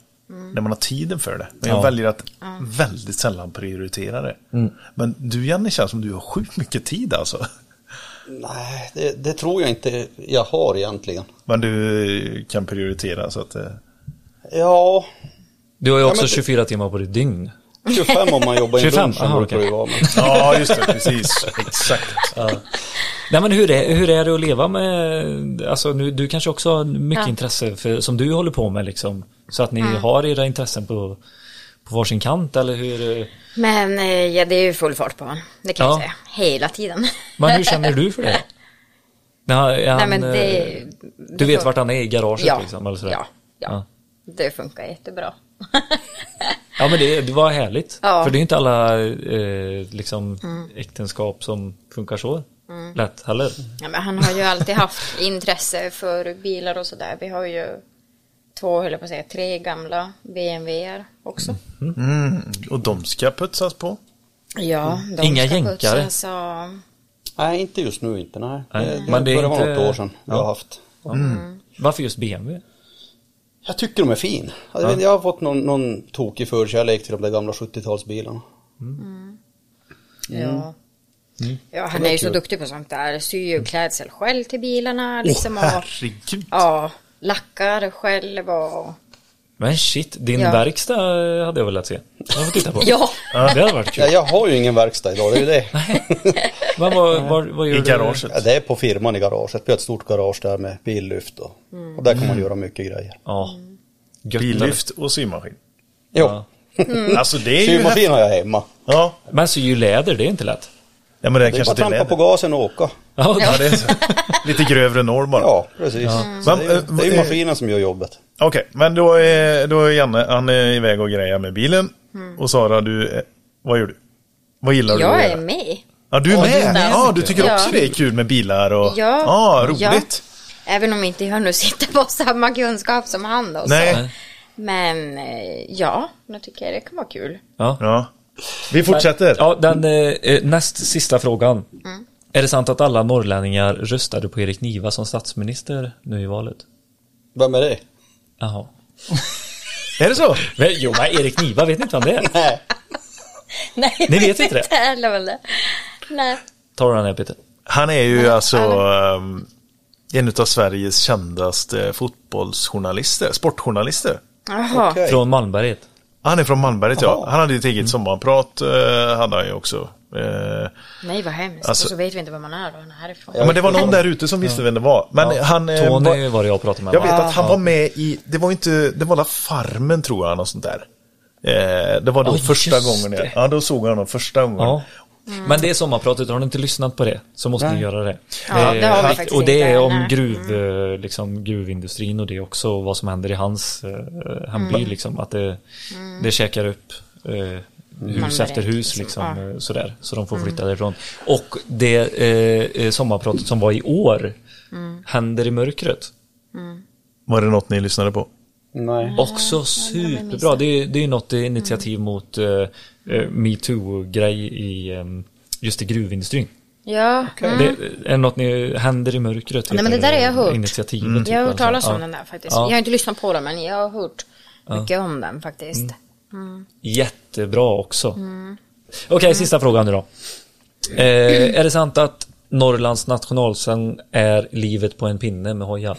S1: när man har tiden för det. Men jag
S2: Ja.
S1: väljer att väldigt sällan prioritera det.
S4: Mm.
S1: Men du Janne känns som du har sjukt mycket tid alltså.
S4: Nej, det, det tror jag inte jag har egentligen.
S1: Men du kan prioritera så att... eh,
S4: Ja,
S2: Du har ju också
S4: men det-
S2: 24 timmar på ditt dygn.
S4: 25 om man jobbar i en
S2: 25,
S4: lunch.
S2: aha,
S4: brukar
S2: okej.
S4: det ju vara, men-
S1: Ja, just det, precis. Exakt.
S2: Nej men hur är, hur är det att leva med, alltså nu, du kanske också har mycket
S5: Ja.
S2: intresse för, som du håller på med liksom. Så att ni har era intressen på, på varsin kant eller hur? eh,
S5: Men eh, ja, det är ju full fart på honom. Det kan
S2: Ja.
S5: jag säga. Hela tiden.
S2: Men hur känner du för det? När han,
S5: Nej,
S2: han,
S5: men det,
S2: eh, du vet vart han är i garaget
S5: ja.
S2: liksom? Eller sådär.
S5: ja, ja,
S2: Ja.
S5: Det funkar jättebra.
S2: Ja, men det, det var härligt.
S5: Ja. Mm.
S2: För det är inte alla eh, liksom, äktenskap som funkar så lätt heller.
S5: Ja, men han har ju alltid haft intresse för bilar och sådär. Vi har ju två, eller på att säga, tre gamla BMWer också.
S1: Och de ska putsas på.
S5: Ja, de
S2: Inga
S5: ska
S2: jänkare.
S5: putsas och-
S4: Nej, inte just nu inte. Nej.
S2: Nej,
S4: Det, det,
S2: men det är
S4: börjar vara
S2: inte-
S4: något år sedan jag
S2: Ja.
S4: har haft.
S2: Varför just BMW?
S4: Jag tycker de är fin. Jag, vet, jag har fått någon, någon tokig förkärlek till de där gamla 70-talsbilarna.
S5: Ja. ja, han är ju så duktig på sånt där. Syr ju klädsel själv till bilarna. Liksom,
S1: Åh,
S5: och,
S1: herregud.
S5: ja, lackar själv och...
S2: Men shit, din
S5: Ja.
S2: verkstad hade jag velat se. Jag får titta på.
S5: Ja.
S2: Ja, det hade varit kul.
S4: Ja, jag har ju ingen verkstad idag, det är ju det.
S2: Men vad, vad, vad gör
S1: I
S2: du?
S1: garaget.
S4: Ja, det är på firman i garaget. Vi har ett stort garage där med billyft och, och där kan man göra mycket grejer.
S2: Ja. Gött.
S1: Billyft och symaskin.
S4: Jo,
S2: Ja.
S1: Alltså det är ju...
S4: symaskin har jag hemma.
S1: Ja.
S2: Men syr läder, det är inte lätt.
S1: ja, men det,
S4: Det är bara
S1: kanske
S4: att
S1: inte är
S4: trampa på
S1: läder.
S4: gasen och åka.
S2: Ja,
S1: Ja, det är så. Lite grövre norm bara.
S4: Ja, precis. Mm. Så det, är, ju-
S1: Men,
S4: det är ju
S1: eh,
S4: maskinen som gör jobbet.
S1: Okej, men då är, då är Janne han är iväg och grejar med bilen. Och Sara, du, eh, vad gör du? Vad gillar du
S5: Mm. Jag
S1: att
S5: är
S1: göra?
S5: med.
S1: Ja, du är med.
S5: det.
S1: Ja, du tycker
S5: Ja.
S1: också det är kul med bilar och...
S5: Ja.
S1: Ja, Ah, roligt.
S5: Ja. Även om inte jag nu sitter på samma kunskap som han då. Så.
S1: Nej.
S5: Men eh, ja, jag tycker jag det kan vara kul.
S2: Ja.
S1: Ja. Vi fortsätter.
S2: Ja, den eh, eh, näst sista frågan. Är det sant att alla norrlänningar röstade på Erik Niva som statsminister nu i valet?
S4: Vem är det?
S2: Jaha.
S1: Är det så?
S2: Men, jo, men Erik Niva, vet ni inte vem det är?
S4: Nej,
S5: Nej,
S2: Ni vet inte det?
S5: heller väl det. Nej.
S2: Tar du den här Peter?
S1: Han är ju alltså... ehm, en av Sveriges kändaste fotbollsjournalister, sportjournalister.
S5: Jaha,
S4: Okej.
S2: Från Malmberget.
S1: Han är från Malmberget ja.
S4: Jaha.
S1: Han hade ju ett eget sommarprat, eh, hade han ju också. Eh,
S5: nej vad hemskt.
S1: Alltså-
S5: och så vet vi inte var man är och han är härifrån.
S1: ja, men det var någon där ute som visste vem det var. Men
S2: Ja,
S1: han... eh,
S2: Tony
S1: var-
S2: var det jag pratade med.
S1: Jag vet
S2: va?
S1: att han
S2: Ja.
S1: var med i, det var ju inte, det var la Farmen tror jag, något sånt där. Eh, det var då
S2: Ja,
S1: första
S2: just
S1: gången, jag,
S2: det.
S1: ja då såg jag honom första gången.
S2: Ja. Men det är sommarpratet, har ni inte lyssnat på det så måste ni göra det.
S5: Ja, det har vi
S2: Eh,
S5: faktiskt inte,
S2: Och det är om
S5: nej. Mm.
S2: gruv, eh, liksom, gruvindustrin och det också, och vad som händer i hans eh, hemby.
S5: Mm.
S2: Liksom, att det, det käkar upp eh, hus
S5: Mm. Malmberget,
S2: efter hus,
S5: liksom.
S2: liksom,
S5: Ja. Mm.
S2: eh, sådär, så de får flytta därifrån. Och det eh, eh, sommarpratet som var i år
S5: Mm.
S2: händer i mörkret.
S1: Var det något ni lyssnade på?
S4: Nej.
S2: Också superbra. Det är, det är ju något initiativ
S5: Mm.
S2: mot eh, eh, metoo-grej i eh, just i gruvindustrin.
S5: Ja, mm.
S2: Det är något ni händer i mörkret.
S5: Nej, men
S2: heter
S5: det där har jag hört. Mm.
S2: Initiativet. typ,
S1: Mm.
S5: jag har hört
S2: alltså.
S5: talas om
S2: Ja.
S5: den där faktiskt.
S2: Ja.
S5: Jag har inte lyssnat på den men jag har hört mycket om den faktiskt.
S1: Mm.
S2: Jättebra också.
S5: Mm.
S2: Okej, sista frågan nu då. Eh, är det sant att Norrlands nationalsång är livet på en pinne med hojar?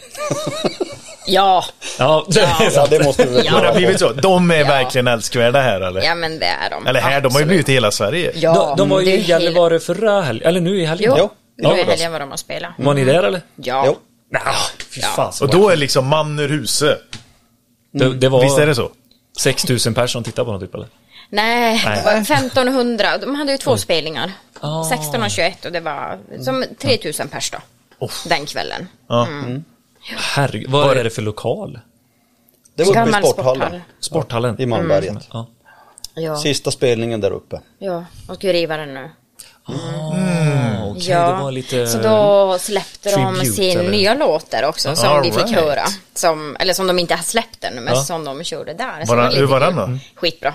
S5: Ja,
S2: Ja, det är sant.
S4: Ja, det måste vi väl
S1: Har
S4: klara
S1: det
S4: på.
S1: blivit så? De är verkligen älskvärda här eller?
S5: ja men det är de.
S1: Eller här, de har ju
S5: Absolut.
S1: blivit i hela Sverige.
S5: Ja,
S2: de, de var ju
S5: det är
S2: i
S5: helt-
S2: Gällivare förra helgen, eller nu i helgen.
S5: Jo,
S4: Jo.
S5: det var i
S2: Ja.
S5: helgen vad de har spelat.
S1: Mm.
S2: Var ni där eller?
S5: Ja.
S4: Jo.
S2: Nej, fy
S5: Ja.
S2: fan. så
S1: Och
S2: var
S1: då är liksom Mannerhuse,
S2: det, det var
S1: visst är det så?
S2: 6000 personer som tittade på dem typ eller?
S5: Nej, det var 1500. De hade ju två spelningar.
S2: Ah.
S5: 16 och 21 och det var som 3000 pers då. Den kvällen.
S1: Ja.
S2: Mm. Herregud, vad är det för lokal?
S4: Det var uppe i
S5: Gammal
S4: sporthallen
S5: sporthall. Mm.
S2: Sporthallen?
S4: i Malmberget.
S2: Ja.
S5: Ja.
S4: Sista spelningen där uppe.
S5: ja, och ska ju riva den nu.
S2: Ah, okej,
S5: ja.
S2: det var lite...
S5: Så då släppte de
S2: tribute,
S5: sin
S2: eller?
S5: nya låt där också som
S1: All
S5: vi fick
S1: right.
S5: höra. Som, eller som de inte har släppt ännu men
S2: Ja.
S5: som de körde där. Så
S1: Var
S5: det
S1: den-
S5: lite
S1: hur var den
S5: kul.
S1: då?
S5: Skitbra.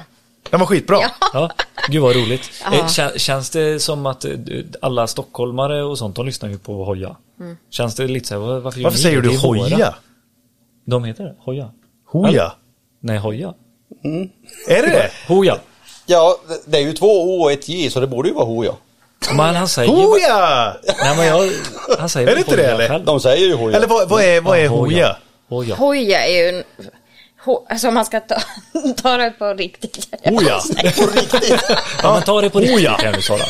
S1: Den var skitbra.
S2: Ja, gud vad roligt.
S5: Ja.
S2: Eh, kä- Känns det som att eh, alla stockholmare och sånt, de lyssnar ju på hoja?
S5: Mm.
S2: Känns det lite så här, var- varför, gör
S1: Varför
S2: ni
S1: säger
S2: det? Det
S1: du
S2: är våra.
S1: hoja?
S2: De heter det, hoja.
S1: Hoja?
S2: Nej, hoja.
S1: Är det det?
S2: Hoja.
S4: Ja, det- det är ju två O och ett J så det borde ju vara Hoja.
S2: Men han säger ju...
S1: Hoja!
S2: Nej, men jag... Han säger
S1: Är
S2: väl
S1: det inte det,
S2: hoja
S1: eller?
S2: själv.
S4: De säger ju Hoja.
S1: Eller vad, vad är, vad är
S2: Ja,
S1: hoja?
S2: Hoja.
S5: Hoja är ju en... Ho, alltså om man ska ta, ta det på riktigt.
S1: Hoja?
S2: Ja, men ta det på riktigt kan du Sara.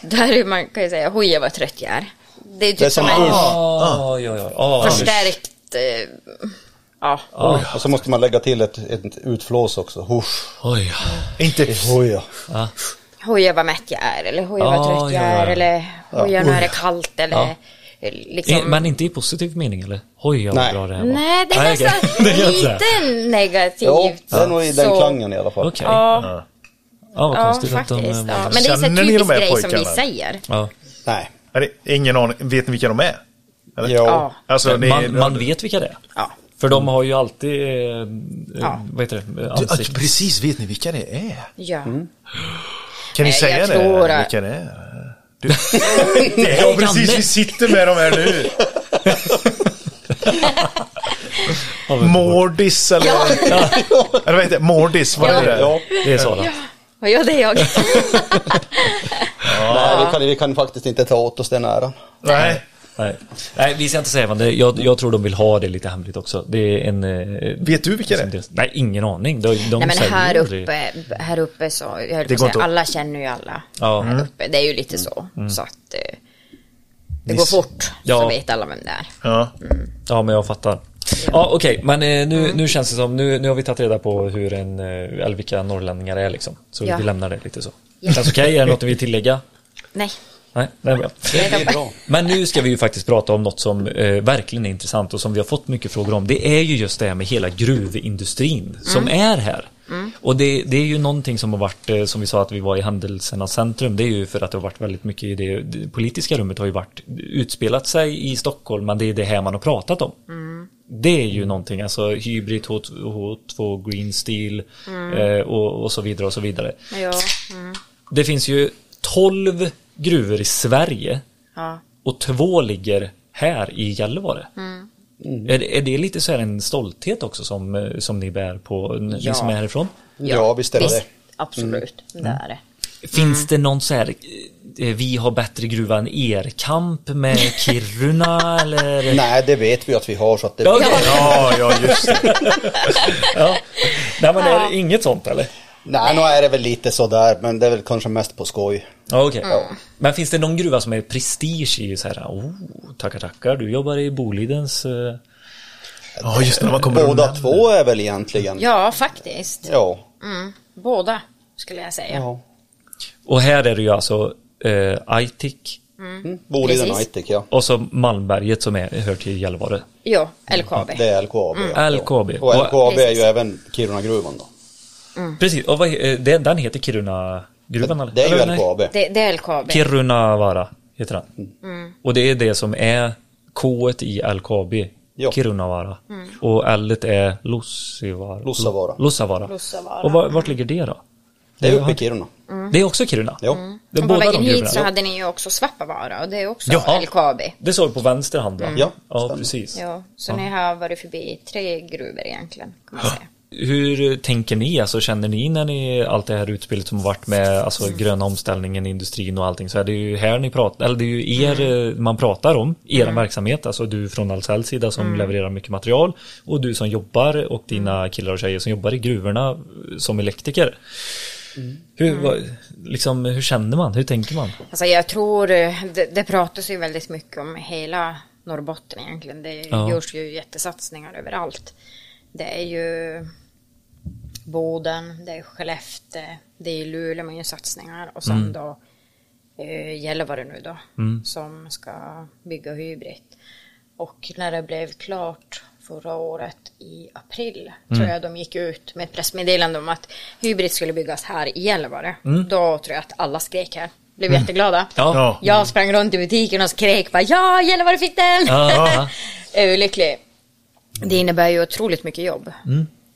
S5: Där är man kan ju säga hoja vad trött jag är. Det är typ
S4: Det är
S5: som,
S4: som
S5: en
S4: usch.
S2: Ah, ja, ja. Ah,
S5: förstärkt... Eh, ja.
S4: Oj, Och så måste man lägga till ett, ett utflås också. Husch.
S2: Hoja.
S1: Inte...
S4: Hoja.
S5: Hoja vad mätt jag är eller hoja
S2: Ah,
S5: vad trött jag
S2: ja,
S5: är
S2: ja.
S5: eller hoja nu är det kallt eller...
S2: Ja.
S5: eh,
S2: Eh,
S5: Liksom,
S2: Men inte i positiv mening eller? Hoja vad
S4: Nej.
S2: bra det här var.
S5: Nej, det är
S2: Nej, okej.
S5: nästan
S2: Det är så här.
S5: lite negativt.
S4: Jo, det är nog i den
S5: Så-
S4: klangen i alla fall.
S2: Okej.
S5: Ja,
S2: Ja, vad
S5: ja
S2: konstigt att
S5: faktiskt.
S2: de...
S5: Ja.
S2: eh, var-
S5: Men det är en sån
S1: Känner ni
S5: typisk
S1: de här
S5: grej som vi
S1: pojkarna?
S5: säger.
S2: Ja.
S4: Nej.
S1: Nej, det är Ingen aning. Vet ni vilka de är? Eller?
S4: Jo.
S5: Ja.
S1: Alltså, ni,
S2: man, man vet vilka det är.
S5: Ja.
S2: För de har ju alltid, eh, eh,
S5: Ja.
S2: vad heter det, Eh,
S1: Du,
S2: ansikt.
S1: att- precis, vet ni vilka det är?
S5: Ja.
S4: Mm.
S1: Kan ni
S5: Nej,
S1: säga
S5: jag
S1: det?
S5: tror att-
S1: Vilka det är? Du... det är precis,
S2: Janne.
S1: vi sitter med dem här nu. Mordis eller... eller vad heter det? Mordis, vad är det?
S4: Ja.
S2: Det är Sara.
S5: Och ja, det är jag.
S4: Nej, vi kan, vi kan faktiskt inte ta åt oss den äran.
S1: Nej.
S2: Nej. Nej, vi ska inte säga vad det är. Jag, jag tror de vill ha det lite hemligt också. Det är en... eh,
S1: Vet du vilka det
S2: som
S1: är?
S2: deras- Nej, ingen aning. De, de
S5: Nej men
S2: säger
S5: här
S2: ju aldrig.
S5: uppe, här uppe så, jag höll på
S1: går
S5: att
S1: inte
S5: säga,
S1: att-
S5: alla känner ju alla.
S2: Ja.
S1: Mm.
S2: Mm.
S5: Här uppe. Det är ju lite så. Så att eh, det
S1: Ni-
S5: går fort.
S2: Ja.
S5: Så vet alla vem det är.
S1: Ja.
S2: Ja, men jag fattar. Ja, okej, men eh, nu, nu känns det som, nu, nu har vi tagit reda på hur en, eh, eller vilka norrlänningar är liksom. Så
S5: Ja.
S2: vi lämnar det lite så. Känns okej? Är det något vi vill tillägga?
S5: Nej.
S2: Nej, det är bra.
S4: Det är bra.
S2: Men nu ska vi ju faktiskt prata om något som eh, verkligen är intressant och som vi har fått mycket frågor om. Det är ju just det här med hela gruvindustrin som är här. Och det, det är ju någonting som har varit, eh, som vi sa att vi var i händelsernas centrum, det är ju för att det har varit väldigt mycket i det, det politiska rummet har ju varit, utspelat sig i Stockholm, men det är det här man har pratat om. Det är ju någonting, alltså Hybrid, H2, H2 Green Steel eh, och, och så vidare och så vidare.
S5: Ja.
S2: Det finns ju 12 gruvor i Sverige
S5: Ja.
S2: och två ligger här i Gällivare. Är, det- är det lite så här en stolthet också som, eh, som ni bär på, n- ni
S5: Ja.
S2: som är
S4: Mm.
S2: härifrån?
S4: Ja, visst är det Mm. det.
S5: Absolut, det är det.
S2: Finns det någon så här eh, eh, vi har bättre gruva än er kamp med Kiruna eller?
S4: Nej, det vet vi att vi har så att det...
S2: Ja, okej.
S1: Ja, ja just det.
S6: Ja. Nej men är det inget sånt eller?
S4: Nej, nu är det väl lite sådär, men det är väl kanske mest på skoj.
S2: Ja, okej. Men finns det någon gruva som är prestige i så här, oh, tackar tackar, du jobbar i Bolidens... eh,
S1: Ja, just det, när man kommer och
S4: Båda
S1: nämner.
S4: två är väl egentligen...
S5: Ja, faktiskt.
S4: Ja.
S5: Mm. Båda skulle jag säga.
S4: ja.
S2: Och här är det ju alltså eh, Aitik
S4: Mm. Boliden
S5: Precis.
S4: Aitik, ja.
S2: och så Malmberget som är, hör till Gällivare.
S5: Ja, LKAB.
S4: Det är LKAB. Ja.
S2: LKAB.
S4: Och LKAB är ju
S5: Mm. Precis.
S4: även Kirunagruvan då.
S2: Precis, och vad, he- eh, den, den heter Kiruna-gruvan eller?
S4: Det är
S2: Eller
S4: ju
S2: nej?
S4: LKAB.
S5: Det, det är LKAB.
S2: Kirunavara heter den.
S4: Mm.
S5: Mm.
S2: Och det är det som är K i LKAB.
S4: Ja.
S2: Kirunavara.
S5: Mm.
S2: Och L är Lossivara.
S4: Lussavaara.
S2: Lossavara.
S5: Lussavaara.
S2: Och var, vart ligger det då?
S4: Det är uppe i Kiruna.
S2: Det är också Kiruna?
S4: Jo.
S2: Det är
S5: Mm. Och
S2: båda
S5: på vägen
S2: de
S5: hit
S2: gruvorna.
S5: så hade ni ju också Svappavaara och det är också
S2: Ja.
S5: LKAB.
S2: Det såg på vänster hand va?
S4: Ja,
S2: ja
S4: stämmer.
S2: precis.
S5: Mm. Ja, så ni har varit förbi tre gruvor egentligen. Kan man säga.
S2: Hur tänker ni? Alltså, känner ni när ni allt det här utspelet som har varit med alltså, gröna omställningen, industrin och allting så är det ju här ni pratar, eller det är ju er eh, man pratar om, er verksamhet, alltså du från Ahlsells sida som levererar mycket material och du som jobbar och dina killar och tjejer som jobbar i gruvorna eh, som elektriker. Hur, vad, liksom, hur känner man? Hur tänker man?
S5: Alltså jag tror, eh, det, det pratas ju väldigt mycket om hela Norrbotten egentligen. Det
S2: Ja.
S5: görs ju jättesatsningar överallt. Det är ju Boden, det är Skellefteå, det är Luleå med ju satsningar och
S1: Mm.
S5: sen då eh, Gällivare nu då som ska bygga Hybrid. Och när det blev klart förra året i april
S1: Mm.
S5: tror jag de gick ut med ett pressmeddelande om att Hybrid skulle byggas här i Gällivare. Då tror jag att alla skrek här. Blev jätteglada.
S1: Mm. Ja.
S5: Jag sprang runt i butiken och skrek bara ja, Gällivare fick
S2: Ja,
S5: den!
S2: ja.
S5: jag är ju lycklig. Det innebär ju otroligt mycket jobb.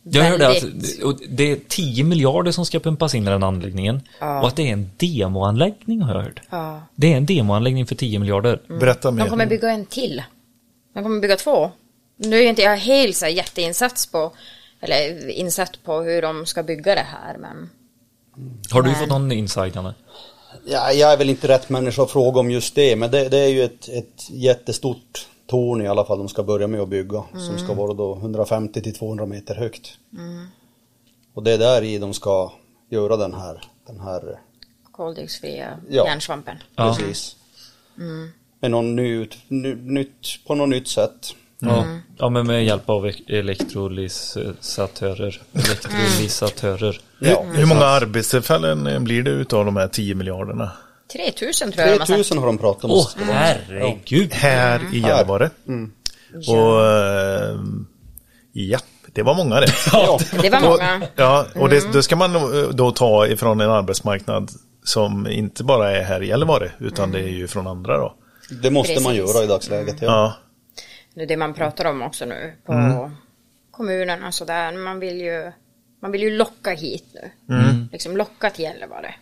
S2: Jag hörde att
S5: Väldigt.
S2: och det är 10 miljarder som ska pumpas in i den anläggningen och att det är en demoanläggning har jag hört.
S5: Ja. Mm.
S2: Det är en demoanläggning för 10 miljarder.
S1: Berätta mer.
S5: De kommer bygga en till. De kommer bygga två. Nu är ju inte jag helt så här jätteinsats på, eller insatt på hur de ska bygga det här, men
S2: Har du
S5: Nej.
S2: fått någon insight Anna?
S4: Ja, jag är väl inte rätt människa att fråga om just det, men det, det är ju ett, ett jättestort torn i alla fall de ska börja med att bygga, som
S5: Mm.
S4: ska vara då 150 till 200 meter högt. Och det är där i de ska göra den här, den här
S5: koldioxidfria
S4: Ja.
S5: järnsvampen.
S2: Ja.
S4: precis.
S5: Mm.
S4: Med någon ny, ut- ny, nytt, på något nytt sätt.
S2: Ja. ja, men med hjälp av ek- elektrolysatörer.
S5: Mm.
S2: Elektrolysatörer.
S4: Ja,
S1: Hur många arbetstillfällen eh, blir det utav de här 10 miljarderna?
S5: 3000 tror jag de har sagt.
S4: 3000 har de pratat om.
S2: Åh, herregud!
S1: Här i Gällivare.
S5: Mm.
S1: Och eh, ja, det var många det.
S5: Det var många. Mm.
S1: Och, ja, och det, det ska man eh, då ta ifrån en arbetsmarknad som inte bara är här i Gällivare, utan det är ju från andra då.
S4: Det måste man
S5: Precis.
S4: göra i dagsläget. Ja.
S1: Ja,
S5: Det är det man pratar om också nu på kommunerna och sådär. Man vill ju, man vill ju locka hit nu. Liksom locka till Gällivare.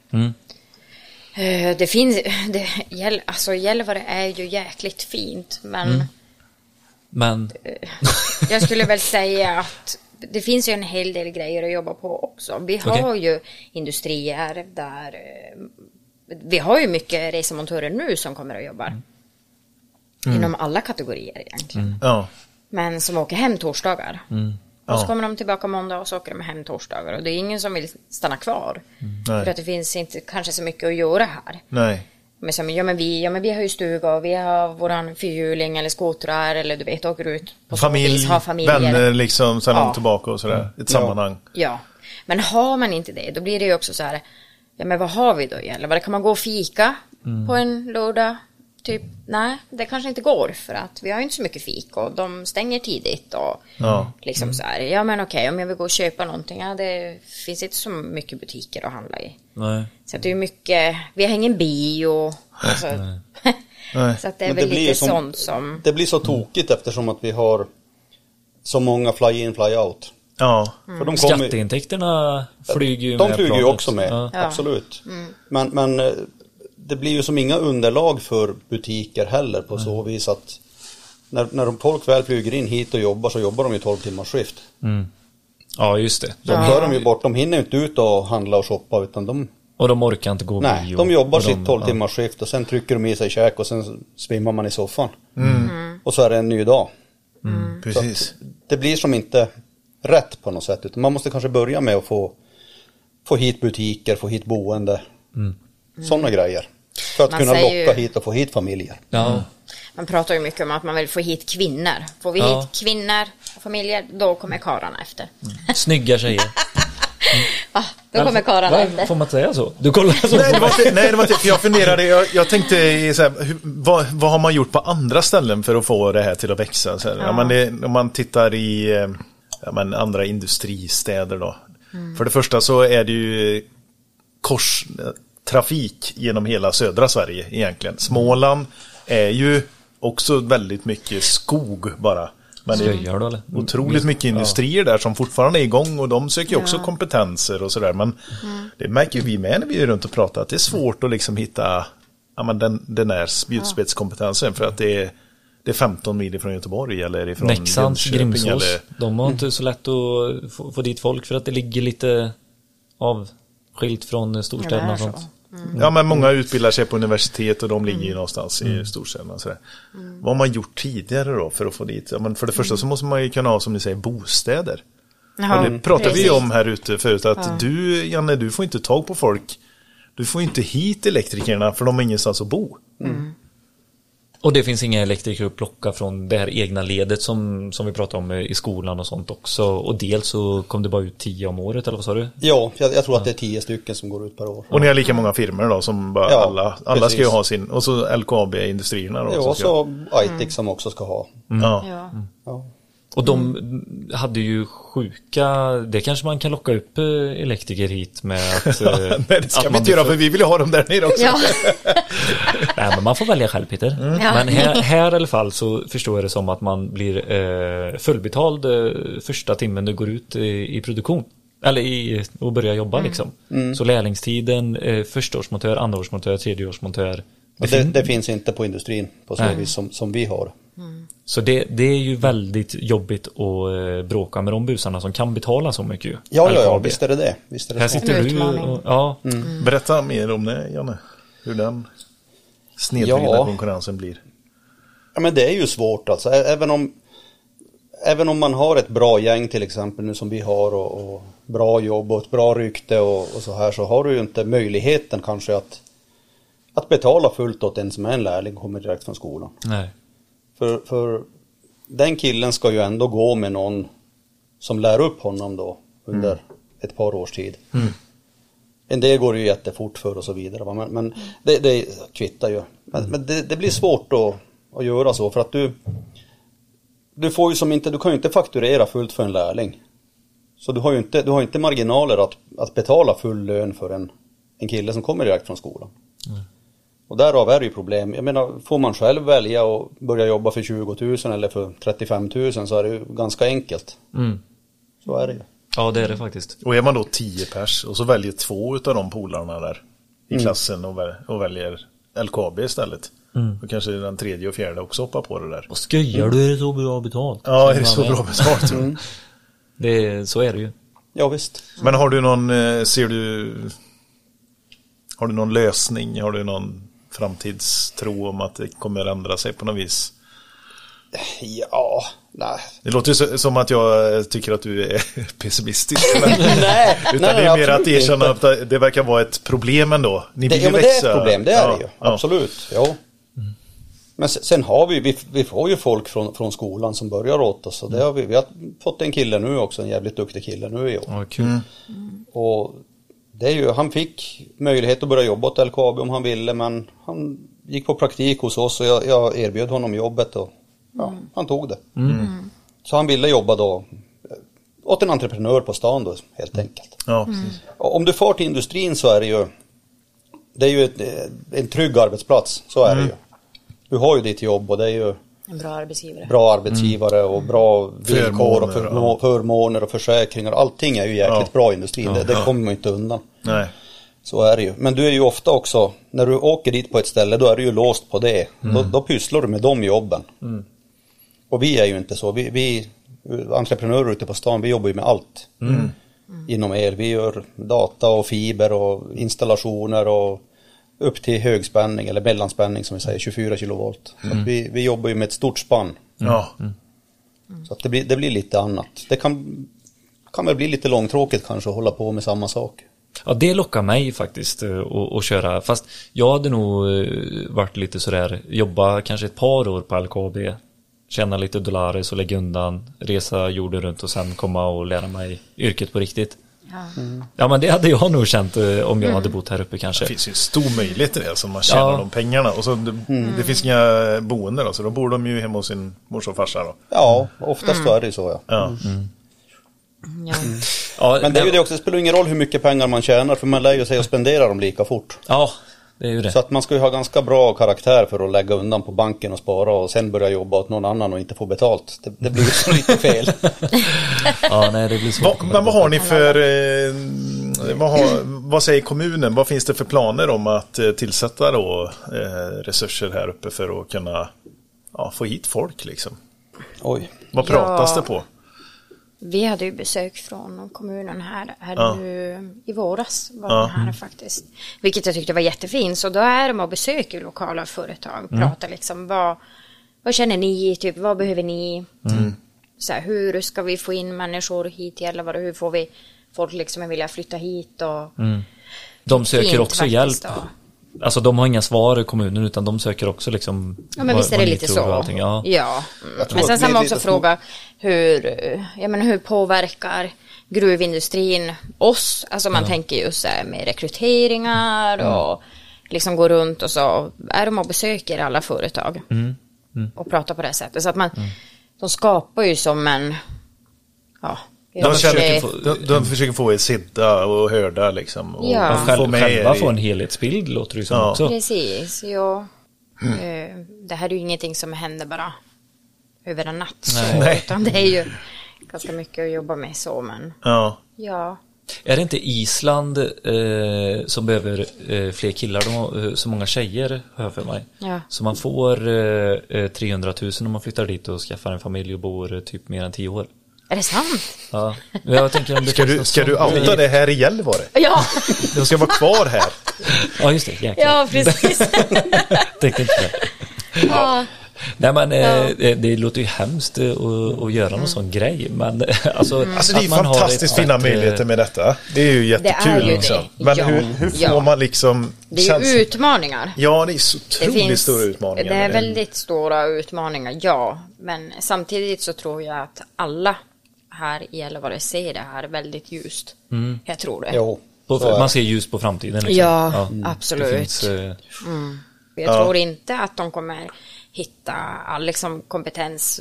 S5: Eh, Det finns, det, Gäll- alltså Gällivare är ju jäkligt fint men
S2: Men,
S5: jag skulle väl säga att det finns ju en hel del grejer att jobba på också. Vi har
S2: Okej.
S5: ju industrier där eh, vi har ju mycket resemontörer nu som kommer och jobbar.
S1: Mm.
S5: Inom alla kategorier egentligen.
S1: ja.
S5: Men som åker hem torsdagar. Och
S1: Mm. Ja.
S5: så kommer de tillbaka måndag och så åker de hem torsdagar. Och det är ingen som vill stanna kvar.
S1: Mm. Nej.
S5: För att det finns inte kanske så mycket att göra här.
S1: Nej.
S5: Men som, ja, men vi, ja men vi har ju stuga och vi har våran fyrhjuling eller skotrar eller du vet åker ut på
S1: Familj,
S5: har familjer.
S1: vänner liksom, sen
S5: Ja.
S1: långt tillbaka och sådär. Ett sammanhang.
S5: Ja, men har man inte det då blir det ju också så här, ja men vad har vi då i Gällivare? Kan man gå och fika på en lördag? Typ, nej, det kanske inte går för att vi har ju inte så mycket fik och de stänger tidigt och
S1: Ja.
S5: liksom
S4: Mm.
S5: så här, ja men okej om jag vill gå och köpa någonting, ja det finns inte så mycket butiker att handla i.
S2: nej.
S5: Så att det är mycket, vi har ingen bio. Alltså, Mm. så att det är
S4: Men
S5: väl
S4: det blir
S5: lite
S4: som-
S5: sånt som,
S4: Det blir så tokigt eftersom att vi har så många fly-in, fly-out.
S1: Ja.
S5: Mm.
S4: För de kommer-
S2: Skatteintäkterna flyger ju
S4: De
S2: med
S4: flyger ju
S2: planet.
S4: också med,
S2: Ja.
S4: absolut.
S5: Mm.
S4: Men, men eh, det blir ju som inga underlag för butiker heller på så vis att när, när de folk väl flyger in hit och jobbar så jobbar de ju 12 timmars skift.
S2: ja, just det.
S4: Då är de ju bort, de hinner ju inte ut och handla och shoppa utan de
S2: Och de orkar inte gå på
S4: Nej,
S2: bio.
S4: de jobbar
S2: Och
S4: sitt 12
S2: ja.
S4: timmars skift och sen trycker de i sig käk och sen svimmar man i soffan.
S5: Mm.
S4: Och så är det en ny dag.
S1: Precis.
S4: Det blir som inte rätt på något sätt utan man måste kanske börja med att få, få hit butiker, få hit boende. Sådana grejer. För att
S5: Man
S4: kunna
S5: säger ju-
S4: locka hit och få hit familjer.
S2: Ja.
S5: Man pratar ju mycket om att man vill få hit kvinnor. Får vi
S2: Ja.
S5: hit kvinnor och familjer, då kommer karlarna efter.
S2: Snygga tjejer.
S5: Ah, då kommer karlarna
S2: Va? Får
S5: efter.
S2: man inte säga så? Du kollar så
S1: Nej det,
S2: på
S1: var
S2: mig.
S1: inte, nej, det var inte, för jag funderade, jag, jag tänkte i så här, hur, vad, vad har man gjort på andra ställen för att få det här till att växa? Så här, ja. men det, om man tittar i eh, ja, men andra industristäder då. För det första så är det ju korstrafik genom hela södra Sverige egentligen. Småland är ju också väldigt mycket skog bara. Men det är
S2: Skojar du eller?
S1: otroligt mycket industrier där som fortfarande är igång och de söker ju också kompetenser och sådär. Men det märker ju vi med när vi är runt och pratar att det är svårt att liksom hitta ja, men den, den där spjutspetskompetensen för att det är, det är 15 mil ifrån Göteborg eller ifrån
S2: Leksands,
S1: Jönköping.
S2: Grimsås.
S1: eller-
S2: Mm. De har inte så lätt att få, få dit folk för att det ligger lite avskilt från
S5: Ja,
S2: storstäderna.
S5: det är
S2: och sånt.
S1: Ja, men många utbildar sig på universitet och de ligger ju någonstans i storstäderna. och sådär. Vad har man gjort tidigare då för att få dit? Ja, men för det första så måste man ju kunna ha, som ni säger, bostäder.
S5: Ja,
S1: och det pratade vi ju
S5: precis.
S1: om här ute förut, att du, Janne, du får inte tag på folk. Du får inte hit elektrikerna för de har ingenstans att bo.
S2: Och det finns inga elektriker att plocka från det här egna ledet som, som vi pratade om i skolan och sånt också. Och dels så kom det bara ut tio om året eller vad sa du?
S4: Ja, jag, jag tror att det är tio stycken som går ut per år.
S1: Och ni har lika många firmor då som bara
S4: Ja,
S1: alla, alla ska
S4: precis.
S1: ju ha sin, och så LKAB-industrierna då.
S4: Ja,
S1: som
S4: och
S1: ska-
S4: så Aitik som också ska ha.
S1: ja.
S5: Ja.
S4: Ja.
S2: Och de
S5: Mm.
S2: hade ju sjuka, det kanske man kan locka upp eh, elektriker hit med att... eh,
S1: Nej, det ska
S2: att
S1: vi
S2: man
S1: inte göra för vi vill ju ha dem där nere också.
S5: Ja.
S2: Nej, men man får välja själv Peter.
S5: Mm. Ja.
S2: Men här, här i alla fall så förstår jag det som att man blir eh, fullbetald eh, första timmen du går ut i, i produktion. Eller i, och börjar jobba
S5: Mm.
S2: liksom.
S4: Mm.
S2: Så lärlingstiden, eh, förstaårsmontör, andraårsmontör, tredjeårsmontör.
S4: Och Det, det finns inte på industrin på så
S2: Nej.
S4: vis som, som vi har.
S2: Så det, det är ju väldigt jobbigt att eh, bråka med de busarna som kan betala så mycket ju.
S4: Ja, ja, ja,
S2: LKAB.
S4: visst Mm. är det det. Visst är det
S2: Här
S4: så.
S2: sitter
S5: En
S2: du
S5: utmaning.
S2: och, ja,
S1: Berätta mer om det, Janne. Hur den snedvridna
S4: Ja.
S1: konkurrensen blir.
S4: Ja, men det är ju svårt alltså. Ä- Även om, även om man har ett bra gäng till exempel nu som vi har och, och bra jobb och ett bra rykte och, och så här så har du ju inte möjligheten kanske att, att betala fullt åt en som är en lärling och kommer direkt från skolan.
S2: nej.
S4: För, för den killen ska ju ändå gå med någon som lär upp honom då under ett par års tid. En del går det ju jättefort för och så vidare. va, Men, men det, det kvittar ju. Men, men det, det blir svårt att, att göra så för att du du får ju som inte, du kan ju inte fakturera fullt för en lärling. Så du har ju inte, du har inte marginaler att, att betala full lön för en, en kille som kommer direkt från skolan. Och därav är det ju problem. Jag menar, får man själv välja och börja jobba för 20 000 eller för 35 000 så är det ju ganska enkelt.
S2: Mm.
S4: Så är det ju.
S2: Ja, det är det faktiskt.
S1: Och är man då 10 pers och så väljer två av de polarna där i klassen och, väl, och väljer LKAB istället. Då kanske den tredje och fjärde också hoppar på det där.
S2: Vad skojar du? Är det så bra betalt?
S1: Ja, är det så bra betalt? tror jag.
S4: Mm.
S2: Det, så är det ju.
S4: Ja visst.
S1: Men har du någon, eh, ser du, har du någon lösning? Har du någon framtidstro om att det kommer ändra sig på något vis?
S4: Ja, nej.
S1: Det låter ju så- som att jag eh, tycker att du är pessimistisk. Men,
S4: nej,
S1: utan
S4: nej,
S1: det är mer
S4: absolut
S1: att erkänna
S4: inte.
S1: att det verkar vara ett problem ändå. Ni
S4: Det,
S1: vill ju
S4: ja, men det
S1: växa.
S4: är ett problem, det är
S1: Ja,
S4: det ju.
S1: ja.
S4: Absolut, ja. Men se- sen har vi, vi, vi får ju folk från, från skolan som börjar åt oss. Och det har vi, vi har fått en kille nu också, en jävligt duktig kille nu i år.
S2: Ja, kul.
S4: Och det är ju, han fick möjlighet att börja jobba åt LKAB om han ville men han gick på praktik hos oss och jag, jag erbjöd honom jobbet och ja, han tog det. Så han ville jobba då eh, åt en entreprenör på stan då helt enkelt.
S1: Ja, precis.
S4: Och Om du far till industrin så är det ju Det är ju ett, eh, en trygg arbetsplats, så är det ju. Du har ju ditt jobb och det är ju
S5: En bra arbetsgivare.
S4: bra arbetsgivare och bra villkor och
S1: Förmåner,
S4: förmo- förmåner och försäkringar. Allting är ju jäkligt
S1: Ja.
S4: bra i industrin, det, det kommer man ju inte undan.
S1: Nej.
S4: Så är det ju. Men du är ju ofta också, när du åker dit på ett ställe, då är du ju låst på det. Då,
S1: Mm.
S4: då pysslar du med de jobben.
S1: Mm.
S4: Och vi är ju inte så. Vi, vi entreprenörer ute på stan, vi jobbar ju med allt. inom el. Vi gör data och fiber och installationer och upp till högspänning eller mellanspänning som vi säger, 24 kilovolt. Så
S1: Mm.
S4: att vi, vi jobbar ju med ett stort spann.
S1: Ja.
S4: Mm. Så att det, blir, det blir lite annat. Det kan, kan väl bli lite långtråkigt kanske att hålla på med samma sak.
S2: Ja, det lockar mig faktiskt eh, att att köra. Fast jag hade nog eh, varit lite sådär, jobba kanske ett par år på LKAB, tjäna lite dollares och lägga undan, resa jorden runt och sen komma och lära mig yrket på riktigt.
S5: Ja.
S4: Mm.
S5: Mm.
S2: Ja, men det hade jag nog känt eh, om jag hade bott här uppe kanske.
S1: Det finns ju en stor möjlighet till det, alltså man tjänar
S2: Ja.
S1: de pengarna. Och så, det,
S4: Mm.
S1: det finns inga boenden då, så då bor de ju hemma hos sin morsa och farsa. Då.
S4: Ja, oftast
S2: Mm.
S4: så är det ju så ja.
S1: Ja.
S5: Ja.
S2: Ja,
S4: Men det är ju det också, det spelar ingen roll hur mycket pengar man tjänar för man lär ju sig att spendera dem lika fort.
S2: Ja, det är ju det.
S4: Så att man ska ju ha ganska bra karaktär för att lägga undan på banken och spara och sen börja jobba åt någon annan och inte få betalt. Det, det blir ju så lite fel.
S2: Ja, nej, det blir svårt.
S1: Vad, men vad har ni för, eh, vad, har, vad säger kommunen, vad finns det för planer om att eh, tillsätta då eh, resurser här uppe för att kunna ja, få hit folk liksom?
S4: Oj.
S1: Vad pratas
S5: Ja.
S1: det på?
S5: Vi hade ju besök från kommunen här, här
S1: Ja.
S5: nu i våras var
S1: Ja. Mm.
S5: de här faktiskt. Vilket jag tyckte var jättefint. Så då är de och besöker lokala företag.
S1: Mm.
S5: Pratar liksom vad, vad känner ni, typ vad behöver ni?
S1: Mm.
S5: Så här, hur ska vi få in människor hit till Gällivare? Hur får vi folk liksom att vilja flytta hit? Och
S2: De söker
S5: Fint
S2: också
S5: faktiskt
S2: hjälp.
S5: då.
S2: Alltså de har inga svar i kommunen utan de söker också liksom.
S5: Ja men
S2: vad-
S5: visst är det
S2: vad ni
S5: lite
S2: tror
S5: så.
S2: och allting. Ja.
S5: Ja. Mm.
S4: tror
S5: Men sen
S4: att
S5: ska man
S4: medvetet-
S5: också fråga hur, eh, jag menar, hur påverkar gruvindustrin oss? Alltså man tänker ju så här med rekryteringar och liksom går runt och så är de och besöker alla företag
S2: Mm.
S5: och pratar på det sättet. Så att man, de skapar ju som en, ja. eh,
S1: De,
S5: det-
S1: försöker få, de, de försöker få er sedda och hörda liksom. Och
S5: Ja.
S2: Själv,
S1: få med
S2: själva
S1: er
S2: få en
S1: i,
S2: helhetsbild låter det ju som
S1: Ja.
S2: också.
S5: Precis, ja.
S1: Mm.
S5: Eh, Det här är ju ingenting som händer bara över en natt. Så,
S1: Nej.
S5: Utan det är ju ganska mycket att jobba med så, men
S1: ja.
S5: ja.
S2: Är det inte Island eh, som behöver eh, fler killar? De har eh, så många tjejer, hör jag för mig.
S5: Ja.
S2: Så man får eh, eh, 300 000 om man flyttar dit och skaffar en familj och bor eh, typ mer än 10 år.
S5: Är det sant?
S2: Ja. Men Jag tänker om det
S1: Ska
S2: finns
S1: du,
S2: något
S1: ska du
S2: sånt.
S1: outa det här i Gällivare?
S5: Ja,
S1: De ska vara kvar här.
S2: Ja, just det. Jäklar.
S5: ja precis.
S2: Tänkte inte på det.
S5: ja.
S2: Nej men eh, det- det låter ju hemskt eh, att, att göra någon
S5: Mm.
S2: sån grej men alltså,
S1: Alltså det är
S2: att
S1: ju
S2: man har
S1: fantastiskt
S2: ett-
S1: fina
S2: ett, eh,
S1: möjligheter med detta. Det är ju
S5: Det
S1: jättekul.
S5: är ju det.
S1: liksom. Men
S5: Ja.
S1: hur, hur får
S5: Ja.
S1: man liksom...
S5: Det är ju
S1: känslan-
S5: utmaningar.
S1: Ja, det är så otroligt stora utmaningar.
S5: Det är
S1: med
S5: väldigt stora utmaningar, ja. Men samtidigt så tror jag att alla här i Gällivare ser det här väldigt ljust.
S1: Mm.
S5: Jag tror det.
S4: Jo.
S2: På,
S4: Så är det.
S2: man ser ljus på framtiden. Liksom.
S5: Ja,
S2: Det
S5: absolut.
S2: finns, eh,
S5: Jag tror inte att de kommer hitta all liksom, kompetens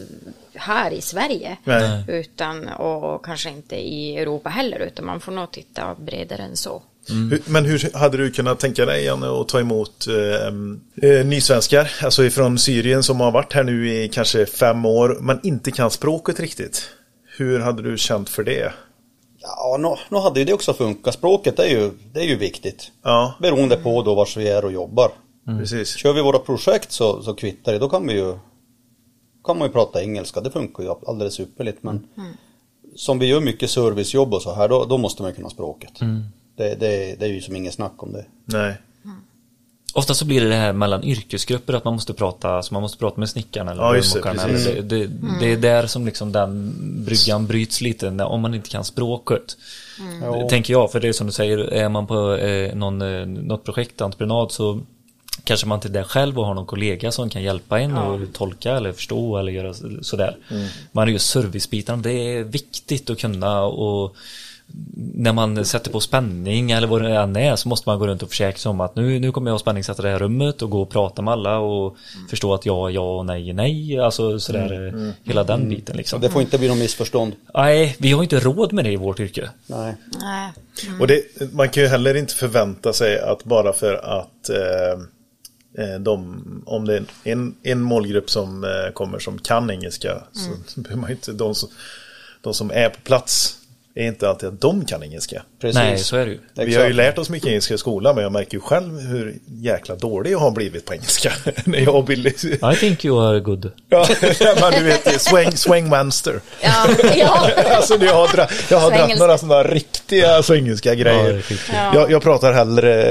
S5: här i Sverige.
S1: Nej.
S5: Utan, och kanske inte i Europa heller, utan man får nog titta bredare än så.
S1: Mm. Hur- Men hur hade du kunnat tänka dig Janne att ta emot eh, eh, nysvenskar, alltså ifrån Syrien som har varit här nu i kanske fem år, men inte kan språket riktigt? Hur hade du känt för det?
S4: Ja, nu, nu hade ju det också funkat. Språket är ju, det är ju viktigt.
S1: Ja,
S4: Beroende på då vars vi är och jobbar.
S1: precis.
S4: Kör vi våra projekt så, så kvittar det. Då kan vi ju kan man ju prata engelska. Det funkar ju alldeles ypperligt. Men som vi gör mycket servicejobb och så här, då, då måste man ju kunna språket. Det, det, det är ju som ingen snack om det.
S1: Nej.
S2: ofta så blir det det här mellan yrkesgrupper att man måste prata, så man måste prata med snickaren eller
S1: Ja, just det,
S2: rörmokaren.
S1: precis.
S2: eller det, det, det är där som liksom den bryggan bryts lite när, om man inte kan språket. Det Tänker jag, för det är som du säger, är man på eh, någon, eh, något projekt, entreprenad så kanske man inte är där själv och har någon kollega som kan hjälpa en och tolka eller förstå eller göra så- sådär.
S1: Mm.
S2: Man är ju servicebiten, det är viktigt att kunna och när man sätter på spänning eller vad det än är så måste man gå runt och försäkra sig om att nu, nu kommer jag att spänningssätta det här rummet och gå och prata med alla och
S4: Mm.
S2: förstå att ja, är ja och nej är nej. Alltså sådär eh, hela den biten
S4: Så
S2: liksom.
S4: Mm. det får inte bli något missförstånd.
S2: Nej, vi har ju inte råd med det i vårt yrke.
S4: Nej.
S5: Nej.
S1: Och det, man kan ju heller inte förvänta sig att bara för att eh, eh, de, om det är en, en målgrupp som
S2: Mm.
S1: eh, kommer som kan engelska, så behöver man ju inte, de som, de som är på plats är inte alltid att de kan engelska.
S4: Precis.
S2: Nej, så är det ju.
S1: Vi har ju lärt oss mycket engelska i skolan men jag märker ju själv hur jäkla dålig jag har blivit på engelska. När jag och Billy...
S2: I think you are good.
S1: Ja, men du vet, det är swing, swing master.
S5: Ja, ja.
S1: Alltså jag har, dra, jag har dratt
S5: Svengelska.
S1: några sådana riktiga svengelska
S2: Ja, det
S1: grejer.
S2: är skitkul.
S1: jag, jag pratar hellre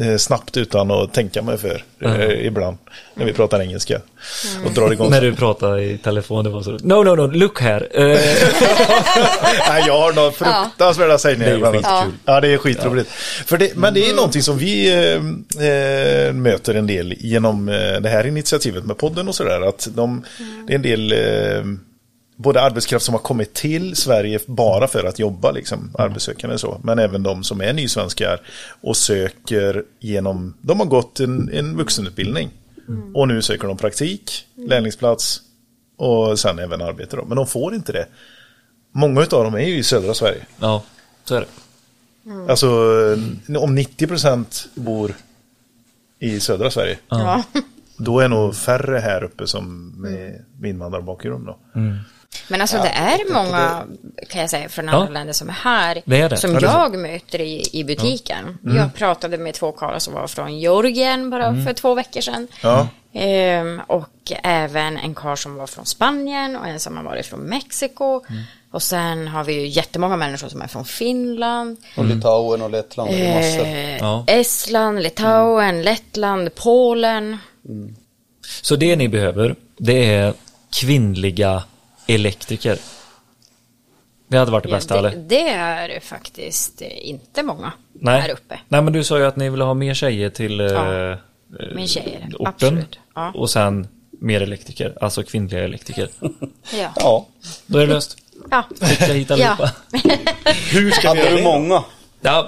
S1: eh, snabbt utan att tänka mig för eh, ibland när vi pratar engelska. Och drar igång.
S2: När du pratade i telefon, det var så. No, no, no, look här. Eh,
S1: Nej, jag har några fruktansvärda sägningar.
S2: Det är
S1: ibland.
S2: ju skitkul. Mm.
S1: Ja, det är skitroligt. För det, men det är någonting som vi eh, eh, möter en del genom eh, det här initiativet med podden och sådär. Att de,
S2: Mm.
S1: det är en del eh, både arbetskraft som har kommit till Sverige bara för att jobba, liksom,
S2: Mm.
S1: arbetssökande och så. Men även de som är nysvenskar och söker genom, de har gått en, en vuxenutbildning.
S2: Mm.
S1: Och nu söker de praktik, lärlingsplats och sen även arbete. Då. Men de får inte det. Många av dem är ju i södra Sverige.
S2: ja, så är det.
S1: Alltså eh, om 90% bor i södra Sverige,
S5: ja.
S1: då är nog färre här uppe som med med invandrarbakgrund. Då.
S2: Mm.
S5: Men alltså det är många, kan jag säga, från andra
S2: Ja.
S5: länder som är här,
S2: Det är det. Mm.
S5: som
S2: Ja, det är så.
S5: jag möter i, i butiken. Jag pratade med två karlar som var från Georgien bara
S2: Mm.
S5: för två veckor sedan.
S1: Ja.
S5: Ehm, och även en karl som var från Spanien och en som har varit från Mexiko.
S2: Mm.
S5: Och sen har vi ju jättemånga människor som är från Finland,
S4: Och Litauen och Lettland, det är massor.
S5: eh,
S2: Ja.
S5: Estland, Litauen, Lettland, Polen.
S2: Så det ni behöver, det är kvinnliga elektriker. Det hade varit det bästa,
S5: det,
S2: eller?
S5: det är faktiskt eh, inte många här uppe.
S2: Nej, men du sa ju att ni ville ha mer tjejer till eh,
S5: Ja,
S2: eh,
S5: mer tjejer,
S2: orten.
S5: absolut. Ja.
S2: Och sen mer elektriker, alltså kvinnliga elektriker.
S5: Ja.
S4: Ja,
S2: Då är det löst.
S5: Ja.
S2: Skicka hit allihopa. Ja,
S1: Hur ska vi
S4: hade
S1: göra
S4: du
S1: det? då?
S4: många?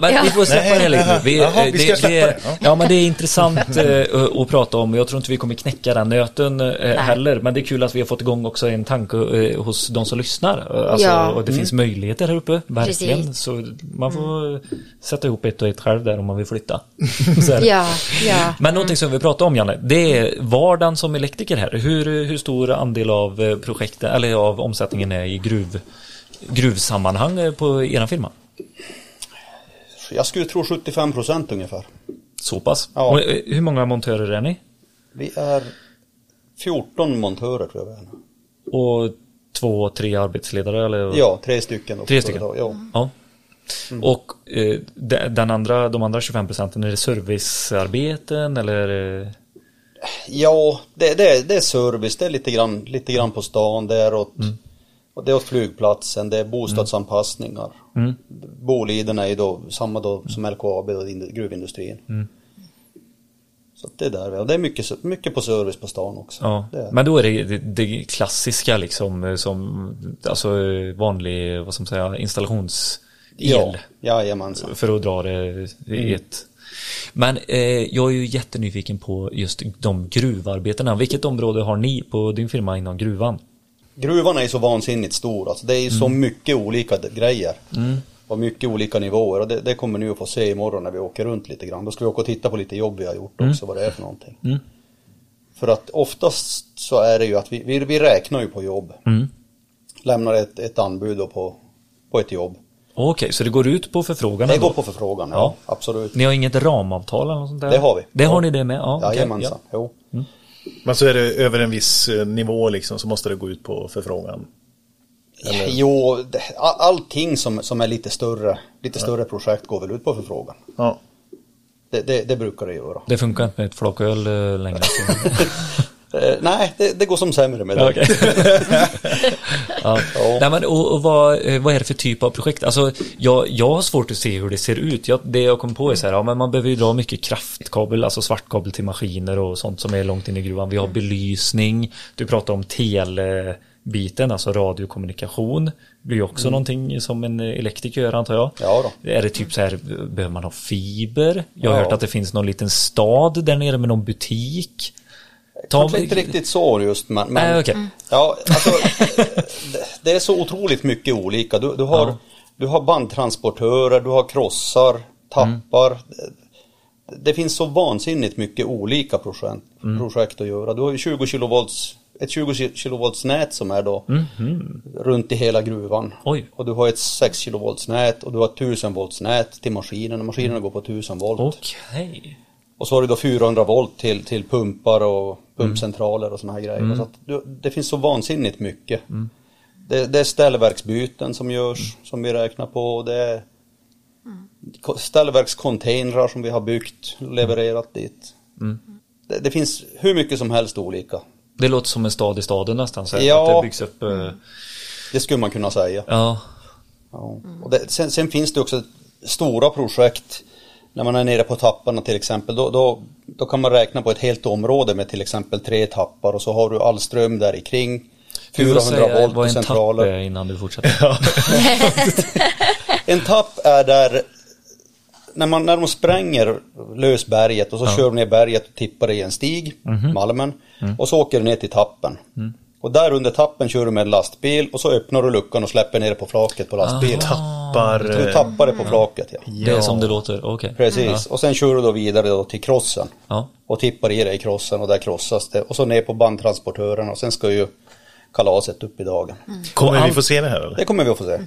S2: men
S5: Ja.
S2: vi får släppa
S1: Nej,
S2: det lite nu.
S1: jaha. Jaha,
S2: eh,
S1: vi ska släppa
S2: är-
S1: det, ja.
S2: Ja, men det är intressant eh, att- att prata om. Jag tror inte vi kommer knäcka den nöten eh, heller. Men det är kul att vi har fått igång också en tanke eh, hos de som lyssnar. Eh, Alltså,
S5: Ja.
S2: Och det finns möjligheter här uppe, verkligen.
S5: Precis. Mm.
S2: Så man får eh, sätta ihop ett och ett själv där om man vill flytta. Så är det.
S5: Ja, ja.
S2: Men någonting som vi pratade om Janne, det är vardagen som elektriker här. Hur, hur stor andel av eh, projekten, eller av omsättningen är i gruv, gruvsammanhang eh, på era firma?
S4: Jag skulle tro 75 procent ungefär.
S2: Så pass.
S4: Ja.
S2: Och, eh, hur många montörer är ni?
S4: Vi är 14 montörer tror jag vi är nu.
S2: Och två, tre arbetsledare eller?
S4: Ja, Mm. tre stycken. Då,
S2: Tre stycken?
S4: Ja.
S2: Ja. Och eh, de- den andra, de andra 25 procenten, är det servicearbeten eller? eh,
S4: Ja, det, det, är- det är service, det är lite grann, lite grann på stan, det är åt,
S2: Mm.
S4: och det är åt flygplatsen, det är bostadsanpassningar.
S2: Mm.
S4: Boliden är ju då samma då som LKAB, då, in- gruvindustrin.
S2: Mm.
S4: Så att det är där vi och det är mycket, ser- mycket på service på stan också.
S2: Ja,
S4: Det är,
S2: men då är det, det det klassiska liksom eh, som alltså eh, vanlig, vad ska man säga, installationsel.
S4: ja, Mm. jajamensan.
S2: För att dra det i ett. Men eh, jag är ju jättenyfiken på just de gruvarbetena. Vilket område har ni på din firma inom gruvan?
S4: Gruvan är ju så vansinnigt stor, alltså det är ju så
S2: Mm.
S4: mycket olika d- grejer. Och mycket olika nivåer och det, det kommer ni att få se imorgon när vi åker runt lite grann. Då ska vi åka och titta på lite jobb vi har gjort
S2: Mm.
S4: också, vad det är för någonting. För att oftast så är det ju att vi, vi, vi räknar ju på jobb.
S2: Mm.
S4: Lämnar ett, ett anbud då på, på ett jobb.
S2: Okej, så det går ut på förfrågan?
S4: Det
S2: ändå?
S4: går på förfrågan, ja, absolut.
S2: Ni har inget ramavtal eller något sånt där?
S4: Det har vi.
S2: Det har
S4: Ja.
S2: ni det med? Ja, okej,
S4: Jajamensan, jo.
S1: Men så är det över en viss eh, nivå liksom, så måste det gå ut på förfrågan.
S4: Jo, det, a- allting som, som är lite större, lite större projekt går väl ut på förfrågan.
S2: Ah.
S1: Ja.
S4: Det, det, det brukar det göra.
S2: Det funkar inte med ett flak öl eh, längre. så-
S4: Eh, nej, det, det går som sämre med det.
S2: Ja, okej. ja. Nej, men, och, och vad, eh, vad är det för typ av projekt? Alltså, jag, jag har svårt att se hur det ser ut. Jag, det jag kom på är så här, ja, men man behöver ju dra mycket kraftkabel, alltså svartkabel till maskiner och sånt som är långt in i gruvan.
S4: Mm.
S2: Vi har belysning, du pratar om telebiten, alltså radiokommunikation. Det blir ju också någonting som en eh, elektriker gör antar jag.
S4: Mm. Ja då.
S2: Är det typ så här, behöver man ha fiber? Jag har hört att det finns någon liten stad där nere med någon butik. Ta-
S4: Kanske inte riktigt så just men... men
S2: Nej, okej. Mm.
S4: Ja, alltså, det, det är så otroligt mycket olika. Du, du, har,
S2: Ja.
S4: du har bandtransportörer, du har krossar, tappar.
S2: Mm. Mm.
S4: Det, det finns så vansinnigt mycket olika projekt, projekt att göra. Du har ju 20 kilovolts ett 20 kilovoltsnät som är då runt i hela gruvan.
S2: Mm-hmm. Oj.
S4: Och du har ett 6 kilovoltsnät och du har ett 1000 voltsnät till maskinen och
S2: Mm.
S4: maskinerna går på 1000 volt.
S2: Okej.
S4: Och så har du då 400 volt till, till pumpar och pumpcentraler och såna här grejer. Så att du, det finns så vansinnigt mycket. Det, det är ställverksbyten som görs, som vi räknar på. Det är ko- ställverkscontainrar som vi har byggt och levererat dit. Det, det finns hur mycket som helst olika.
S2: Det låter som en stad i staden nästan. Så här,
S4: Ja.
S2: Att det byggs upp. eh,
S4: Det skulle man kunna säga.
S2: Ja.
S4: Ja. Mm. Och det, sen, sen finns det också stora projekt. När man är nere på tapparna till exempel, då, då, då kan man räkna på ett helt område med till exempel tre tappar och så har du all ström där i kring.
S2: Du får
S4: 400
S2: säga vad
S4: volt på
S2: en tapp är
S4: centraler.
S2: innan du fortsätter.
S4: En tapp är där när, man, när de spränger lösberget och så kör de ner berget och tippar i en stig,
S2: Mhm.
S4: malmen,
S2: Mm.
S4: och så åker det ner till tappen. Och där under tappen kör du med en lastbil och så öppnar du luckan och släpper ner det på flaket på lastbilen.
S1: Tappar... eh,
S4: Du tappar det
S2: Mm.
S4: på flaket ja.
S2: Det är som det låter. Okej.
S4: Precis, och sen kör du då vidare då till krossen.
S2: Ja.
S4: Och tippar i dig i krossen och där krossas det. Och så ner på bandtransportören och sen ska ju kalaset upp i dagen.
S1: Kommer vi få se det här eller?
S4: Det kommer vi att få se.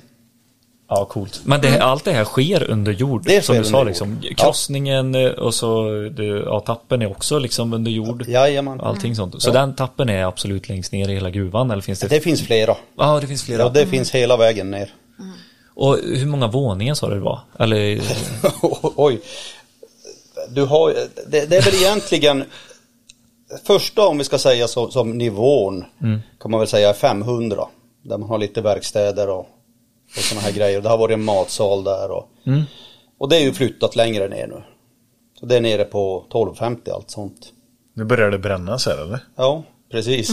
S2: Ja, coolt. Men det, allt det här sker under jord,
S4: Det
S2: som
S4: sker
S2: du sa.
S4: under
S2: Liksom.
S4: jord.
S2: Krossningen eh, och så det, ja, tappen är också liksom under jord.
S4: Jajamän.
S2: Allting sånt. Så den tappen är absolut längst ner i hela gruvan, eller finns det?
S4: Det finns flera.
S2: Ja, det finns flera.
S4: Ja, det finns hela vägen ner.
S2: Och hur många våningar sa du det var? Eller,
S4: Oj. Du har, det, det är väl egentligen första om vi ska säga så, som nivån kan man väl säga är 500. Där man har lite verkstäder och, och sådana här grejer. Det har varit en matsal där och, och det är ju flyttat längre ner nu. Så det är nere på 1250 allt sånt.
S1: Nu börjar det brännas här eller?
S4: Ja, precis.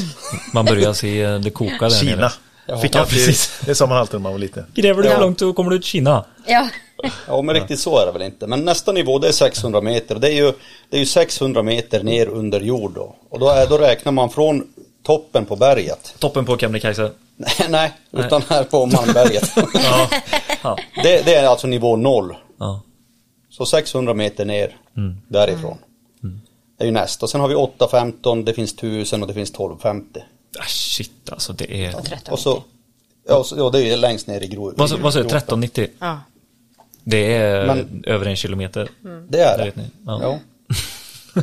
S2: man börjar se eh, det koka där
S1: Kina.
S2: nere.
S1: Fick
S2: Ja,
S1: jag
S2: precis.
S1: precis. Det sa man alltid när man var liten.
S2: Gräver du
S4: Ja.
S2: för långt så kommer du till Kina.
S5: Ja.
S4: Ja, men riktigt så är det väl inte. Men nästa nivå det är 600 meter. Och Det är ju, det är ju 600 meter ner under jord då. Och då, är, då räknar man från toppen på berget.
S2: Toppen på Kebnekaise.
S4: Nej, nej, utan här på Malmberget. det, det är alltså nivå noll.
S2: Ja.
S4: Så 600 meter ner
S2: Mm.
S4: därifrån. Det är ju nästa. Sen har vi 815, det finns 1000 och det finns 1250.
S2: Ah, shit alltså, det är...
S5: Och 13.
S4: Och så, ja, och så, ja det är ju längst ner i gro.
S2: Vad sa- vad sa du?
S4: gropen.
S2: 1390?
S5: Ja.
S2: Det är
S4: Men-
S2: över en kilometer.
S4: Det
S2: Det
S4: är det.
S2: vet ni. Ja.
S4: Ja.
S2: Ja,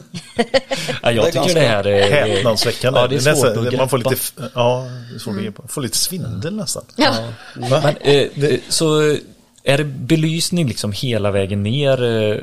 S2: Ah, jag
S4: Det är
S2: tycker
S4: ganska
S2: det här är...
S1: Häpnadsväckande.
S2: Eh, Ja, det är
S1: Det är
S2: svårt
S1: nästan-
S2: att Mm.
S1: Man får
S2: greppa.
S1: lite, f- ja, det är svårt att greppa. får lite svindel nästan.
S5: Ja.
S1: Va?
S2: Men, eh, eh, så eh, är det belysning liksom hela vägen ner eh,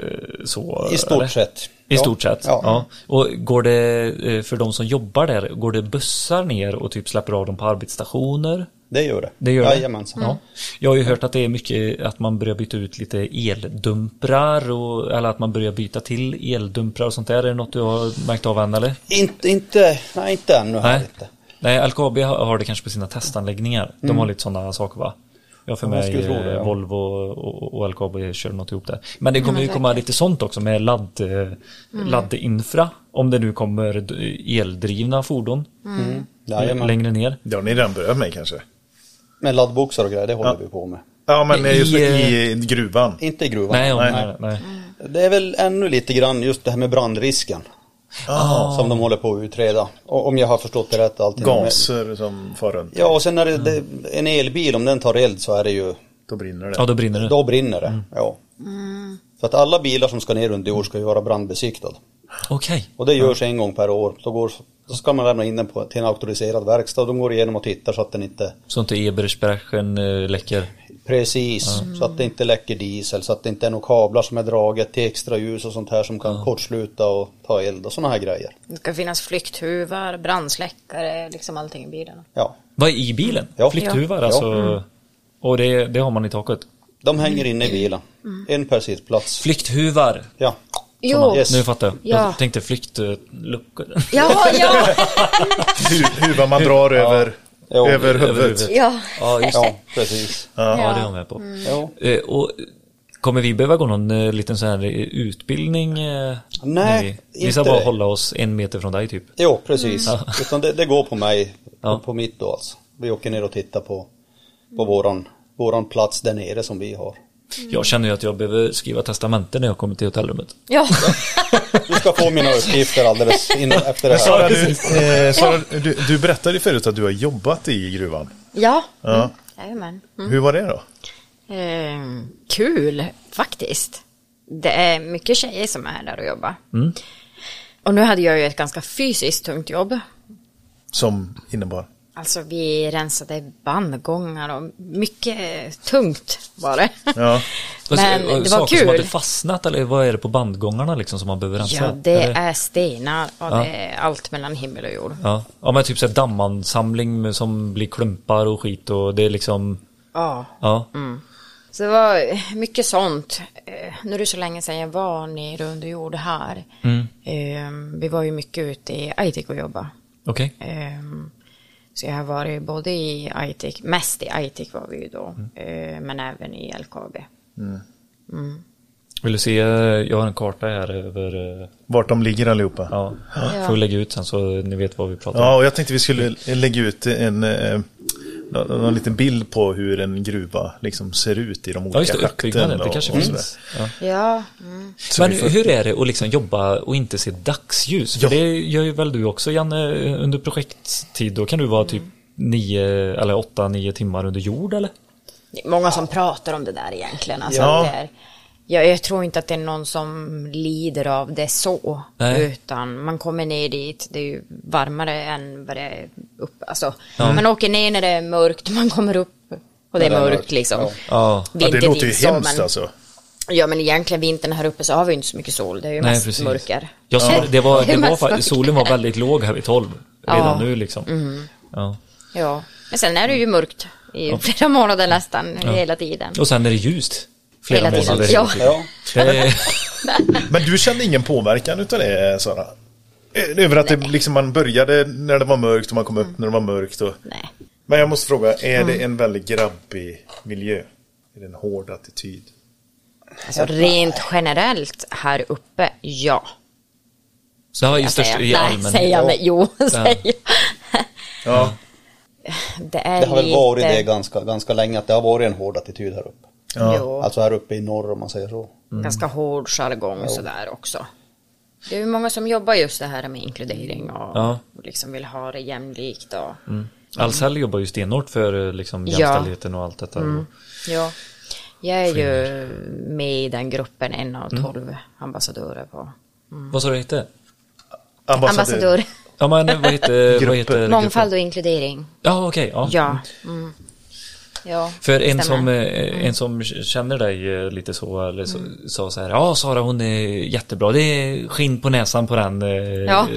S2: så?
S4: I stort
S2: eller?
S4: sett.
S2: I
S4: Ja.
S2: stort sett? Ja.
S4: Ja.
S2: Och går det, eh, för de som jobbar där, går det bussar ner och typ släpper av dem på arbetsstationer?
S4: Det gör det.
S2: Det Mm. gör det?
S4: Jajamensan.
S2: Ja. Jag har ju hört att det är mycket att man börjar byta ut lite eldumprar och, eller att man börjar byta till eldumprar och sånt där. Är det något du har märkt av än eller?
S4: Inte, inte, nej inte ännu här
S2: Nej.
S4: inte. Mm.
S2: Nej, LKAB har har det kanske på sina testanläggningar. De har lite sådana saker va? Jag har för
S4: Ja, jag
S2: mig
S4: skulle tro
S2: eh,
S4: det, ja.
S2: Volvo och, och LKAB kör något ihop där. Men det kommer ju komma lite sånt också med ladd, mm. laddinfra. Om det nu kommer d- eldrivna fordon
S4: Mm.
S2: Mm.
S4: Jajamän.
S2: längre ner.
S1: Det har ni redan börjat med kanske?
S4: Men laddboxar och grejer, det håller vi på med.
S1: Ja, men
S2: I, eh,
S1: just i gruvan.
S4: Inte i gruvan.
S2: Nej, nej.
S1: Nej.
S2: nej. nej.
S4: Det är väl ännu lite grann just det här med brandrisken.
S1: Ah,
S2: ah,
S4: Som de håller på att utreda. O- Om jag har förstått det rätt. Allting.
S1: Gaser som far runt.
S4: Ja, och sen när det, det, en elbil, om den tar eld så är det ju,
S1: Då brinner
S2: Ja,
S1: det.
S2: då brinner det.
S4: då brinner det. Ja. Så att alla bilar som ska ner under jord ska ju vara brandbesiktade.
S2: Okej.
S4: Och det görs en gång per år. Så, går, så ska man lämna in den på, till en auktoriserad verkstad. De går igenom och tittar så att den inte
S2: Så inte Ebersprechen eh, läcker.
S4: Precis, så att det inte läcker diesel, så att det inte är några kablar som är draget till extra ljus och sånt här som kan kortsluta och ta eld och såna här grejer.
S5: Det ska finnas flykthuvar, brandsläckare, liksom allting i bilen.
S4: Ja,
S2: Vad är i bilen?
S4: Ja.
S2: Flykthuvar
S4: Ja. Mm.
S2: alltså. Och det, det har man i taket.
S4: de hänger inne i bilen, en per sittplats.
S2: Flykthuvar.
S4: Ja,
S5: Jo,
S4: Yes.
S2: Nu fattar jag.
S5: Ja.
S2: Jag tänkte eh, flyktluckor.
S5: ja, ja,
S1: Hu- Huvan man drar över,
S4: Ja,
S1: över
S2: över
S1: huvudet. Eh,
S2: huvudet.
S5: ja.
S2: Ja, just
S4: ja precis.
S2: Ja, det har jag med på.
S5: Mm.
S4: Ja.
S2: Eh, Och kommer vi behöva gå någon eh, liten sån här eh, utbildning? eh, när vi, vi ska
S4: inte.
S2: bara hålla oss en meter från dig typ.
S4: Jo, precis. Utan det, det går på mig,
S2: Ja.
S4: på, på mitt då alltså. Vi åker ner och tittar på, på våran, våran plats där nere som vi har.
S5: Mm.
S2: Jag känner ju att jag behöver skriva testamente när jag kommer till hotellrummet.
S5: Ja,
S4: Du ska få mina uppgifter alldeles in, efter det
S1: Men Sara,
S4: här.
S1: du, eh, Sara du, du berättade ju förut att du har jobbat i gruvan.
S5: ja.
S2: Mm.
S1: Ja.
S5: Jajamän.
S1: Hur var det då?
S5: Eh, kul faktiskt. Det är mycket tjejer som är där och jobbar. Och nu hade jag ju ett ganska fysiskt tungt jobb.
S1: Som innebar?
S5: Alltså vi rensade bandgångar och mycket eh, tungt var det.
S1: Ja.
S5: Men
S2: Alltså, och
S5: det var
S2: saker som hade
S5: kul.
S2: fastnat eller vad är det på bandgångarna liksom som man behöver rensa?
S5: Ja, det
S2: Eller-
S5: Alltså, är stenar och det är allt mellan himmel och jord.
S2: Ja, ja men typ såhär dammansamling med- som blir klumpar och skit och det är liksom,
S5: Ja.
S2: ja.
S5: Mm. Så det var mycket sånt. Eh, Nu är det så länge sedan jag var nere under jord här. Eh, Vi var ju mycket ute i Aitik och jobbade.
S2: Okej.
S5: Ehm, Så jag har varit både i Aitik, mest i Aitik var vi ju då, eh, men även i LKAB.
S2: Vill du se, eh, jag har en karta här över, eh,
S1: Vart de ligger allihopa?
S2: ja, får vi lägga ut sen så ni vet vad vi pratar om.
S1: Ja, och jag tänkte vi skulle lägga ut en, eh, någon, någon liten bild på hur en gruva liksom ser ut i de olika
S2: Ja just det,
S1: schakten.
S2: uppbyggnaden, det
S1: och-
S2: kanske
S1: och sådär.
S2: finns. Ja.
S5: Ja, mm.
S1: Så
S2: Men
S1: vi får-
S2: hur är det att liksom jobba och inte se dagsljus? För
S1: Ja.
S2: det gör ju väl du också Janne, under projekttid då kan du vara typ nio eller åtta, nio timmar under jord eller?
S5: det är många som pratar om det där egentligen. Alltså,
S1: Ja.
S5: det är, jag, jag tror inte att det är någon som lider av det så,
S2: Nej.
S5: utan man kommer ner dit, det är ju varmare än vad det är uppe. Alltså, Man åker ner när det är mörkt, man kommer upp och det
S4: När
S5: är
S4: det är
S5: mörkt
S4: mörkt,
S5: liksom.
S4: ja.
S2: Ja.
S1: ja, det
S5: Vinter,
S1: låter ju
S5: vinter, så,
S1: hemskt
S5: men-
S1: alltså.
S5: Ja men egentligen vintern här uppe så har vi ju inte så mycket sol, det är ju mest mörker.
S2: Jag såg, det var, det
S5: är
S2: var,
S5: mest
S2: fa-
S5: mörker.
S2: solen var väldigt låg här vid 12 redan
S5: Ja. Mm.
S2: nu liksom. Ja.
S5: Ja, men sen är det ju mörkt i flera månader nästan, hela tiden.
S2: Och sen är det ljust. Flera
S5: Hela tiden.
S2: månader.
S5: Ja.
S4: Ja.
S2: Det,
S1: Men du kände ingen påverkan utav det, Sara? Ö- Över att det, liksom, man började när det var mörkt och man kom upp när det var mörkt. Och...
S5: Nej.
S1: Men jag måste fråga, är
S5: Mm.
S1: det en väldigt grabbig miljö? Är det en hård attityd?
S5: Alltså rent generellt här uppe, ja.
S2: så just det,
S5: Säger
S2: i
S5: jag.
S2: allmän.
S5: Nej, säger jag nej. Jo, säger jag.
S1: Ja,
S5: Det är
S4: Det har väl
S5: lite...
S4: varit det ganska, ganska länge, att det har varit en hård attityd här uppe.
S5: Jo,
S4: Alltså här uppe i norr om man säger så.
S5: Mm. ganska hård jargong och sådär också. Det är ju många som jobbar just det här med inkludering och,
S2: Ja. Mm.
S5: och liksom vill ha det jämlikt och...
S2: Ahlsell jobbar ju stenhårt för eh, liksom,
S5: Ja. Mm.
S2: jämställdheten och allt detta.
S5: Ja. Jag är ju med i den gruppen, en av
S2: Mm.
S5: tolv ambassadörer på...
S2: Vad sa du hette?
S5: Ambassadör.
S2: Ja men vad heter, vad heter gruppen?
S5: Mångfald och inkludering.
S2: Ja okej. ja.
S5: Ja. Mm. ja.
S2: För en
S5: stämmer.
S2: som,
S5: Mm.
S2: eh, en som känner dig eh, lite så, eller så, sa så här, ja Sara hon är jättebra, det är skinn på näsan på den eh,
S5: Ja.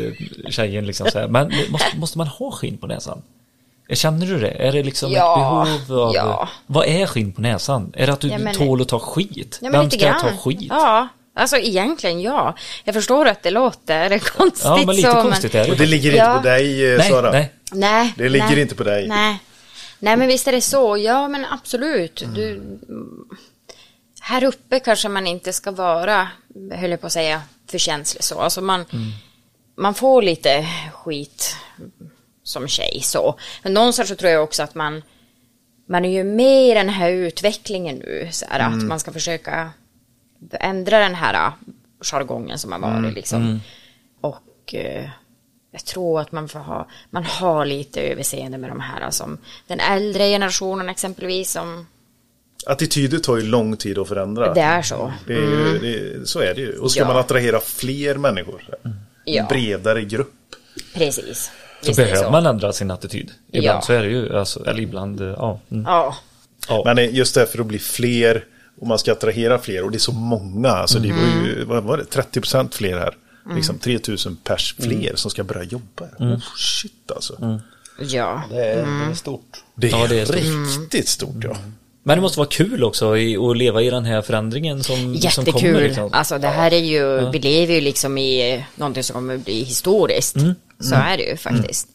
S2: tjejen liksom så här. Men det- måste, måste man ha skinn på näsan? Eh, Känner du det? Är det liksom
S5: Ja,
S2: ett behov av... eh,
S5: ja.
S2: Vad är skinn på näsan? Är det att du
S5: Ja, men-
S2: tål att ta skit?
S5: Ja, men
S2: Vem
S5: lite
S2: ska ta
S5: grann.
S2: skit?
S5: Ja, alltså egentligen ja. Jag förstår att det låter konstigt.
S2: Ja, men lite
S5: så,
S2: konstigt är
S1: Och
S2: det.
S1: det ligger inte
S5: Ja.
S1: på dig, eh,
S2: nej,
S1: Sara?
S2: nej.
S5: Nej.
S1: Det ligger
S5: nej,
S1: inte på dig.
S5: Nej. Nej, men visst är det så. Ja, men absolut.
S1: Mm.
S5: Du, här uppe kanske man inte ska vara, höll jag på att säga, för känslig så. Alltså man,
S1: Mm.
S5: man får lite skit som tjej så. Men någonstans så tror jag också att man, man är ju med i den här utvecklingen nu. Så här,
S1: Mm.
S5: Att man ska försöka ändra den här ah, jargongen som har varit
S1: Mm.
S5: liksom. Och eh, jag tror att man får ha, man har lite överseende med de här som den äldre generationen exempelvis som,
S1: Attityder tar ju lång tid att förändra.
S5: det är så.
S1: Det är ju, det, så är det ju. Och ska
S5: Ja.
S1: man attrahera fler människor, en
S5: Ja.
S1: bredare grupp.
S5: Precis.
S2: Så
S5: Visst är det
S2: behöver man ändra sin attityd. Ibland
S5: Ja.
S2: så är det ju, alltså, eller ibland, eh, ja. Mm.
S5: Ja.
S1: Men eh, just det här för att bli fler och man ska attrahera fler och det är så många. Alltså det var
S2: Mm.
S1: ju vad var det, 30% fler här. Liksom 3000 pers
S2: Mm.
S1: fler som ska börja jobba. här. Oh, shit alltså.
S5: Ja.
S4: Det är, det är stort.
S1: Det är,
S2: Ja, det är stort. Mm.
S1: riktigt stort ja.
S2: Men det måste vara kul också i, att leva i den här förändringen som, som kommer.
S5: Jättekul.
S2: liksom.
S5: Alltså det här är ju, vi lever ju liksom i någonting som kommer bli historiskt.
S1: Mm.
S5: Så är det ju faktiskt.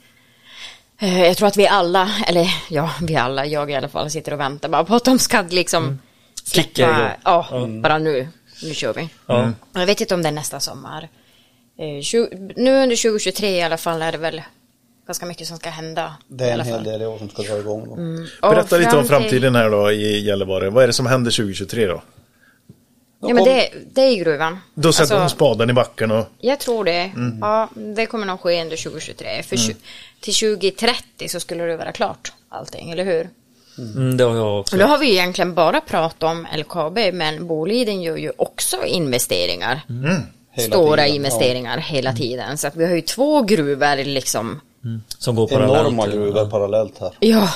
S5: Eh, Jag tror att vi alla, eller ja, vi alla, jag i alla fall, sitter och väntar bara på att de ska liksom
S1: Mm.
S2: Kicka igång.
S5: släppa, ja, bara nu, nu kör vi.
S2: Ja.
S5: Jag vet inte om det är nästa sommar. Eh, tju- nu under 2023 i alla fall är det väl ganska mycket som ska hända.
S4: Det är
S5: i
S4: en
S5: alla
S4: hel
S5: fall. Mm.
S4: del i år som ska dra igång. då.
S5: Och
S1: Berätta lite
S5: fram
S1: om framtiden här då i Gällivare. Vad är det som händer 2023 då?
S5: Ja, men det, det är i gruvan.
S1: Då sätter de
S5: Alltså-
S1: spaden i backen och
S5: Jag tror det. Ja, det kommer nog ske under 2023. För tju- till 2030 så skulle det vara klart allting, eller hur?
S2: Mm, det har jag också.
S5: Och nu har vi ju egentligen bara pratat om LKAB, men Boliden gör ju också investeringar.
S4: Hela
S5: Stora
S4: tiden, ja.
S5: investeringar hela tiden. Så att vi har ju två gruvor liksom.
S2: Som går
S4: Enorma
S2: parallellt.
S4: gruvor parallellt här.
S5: Ja.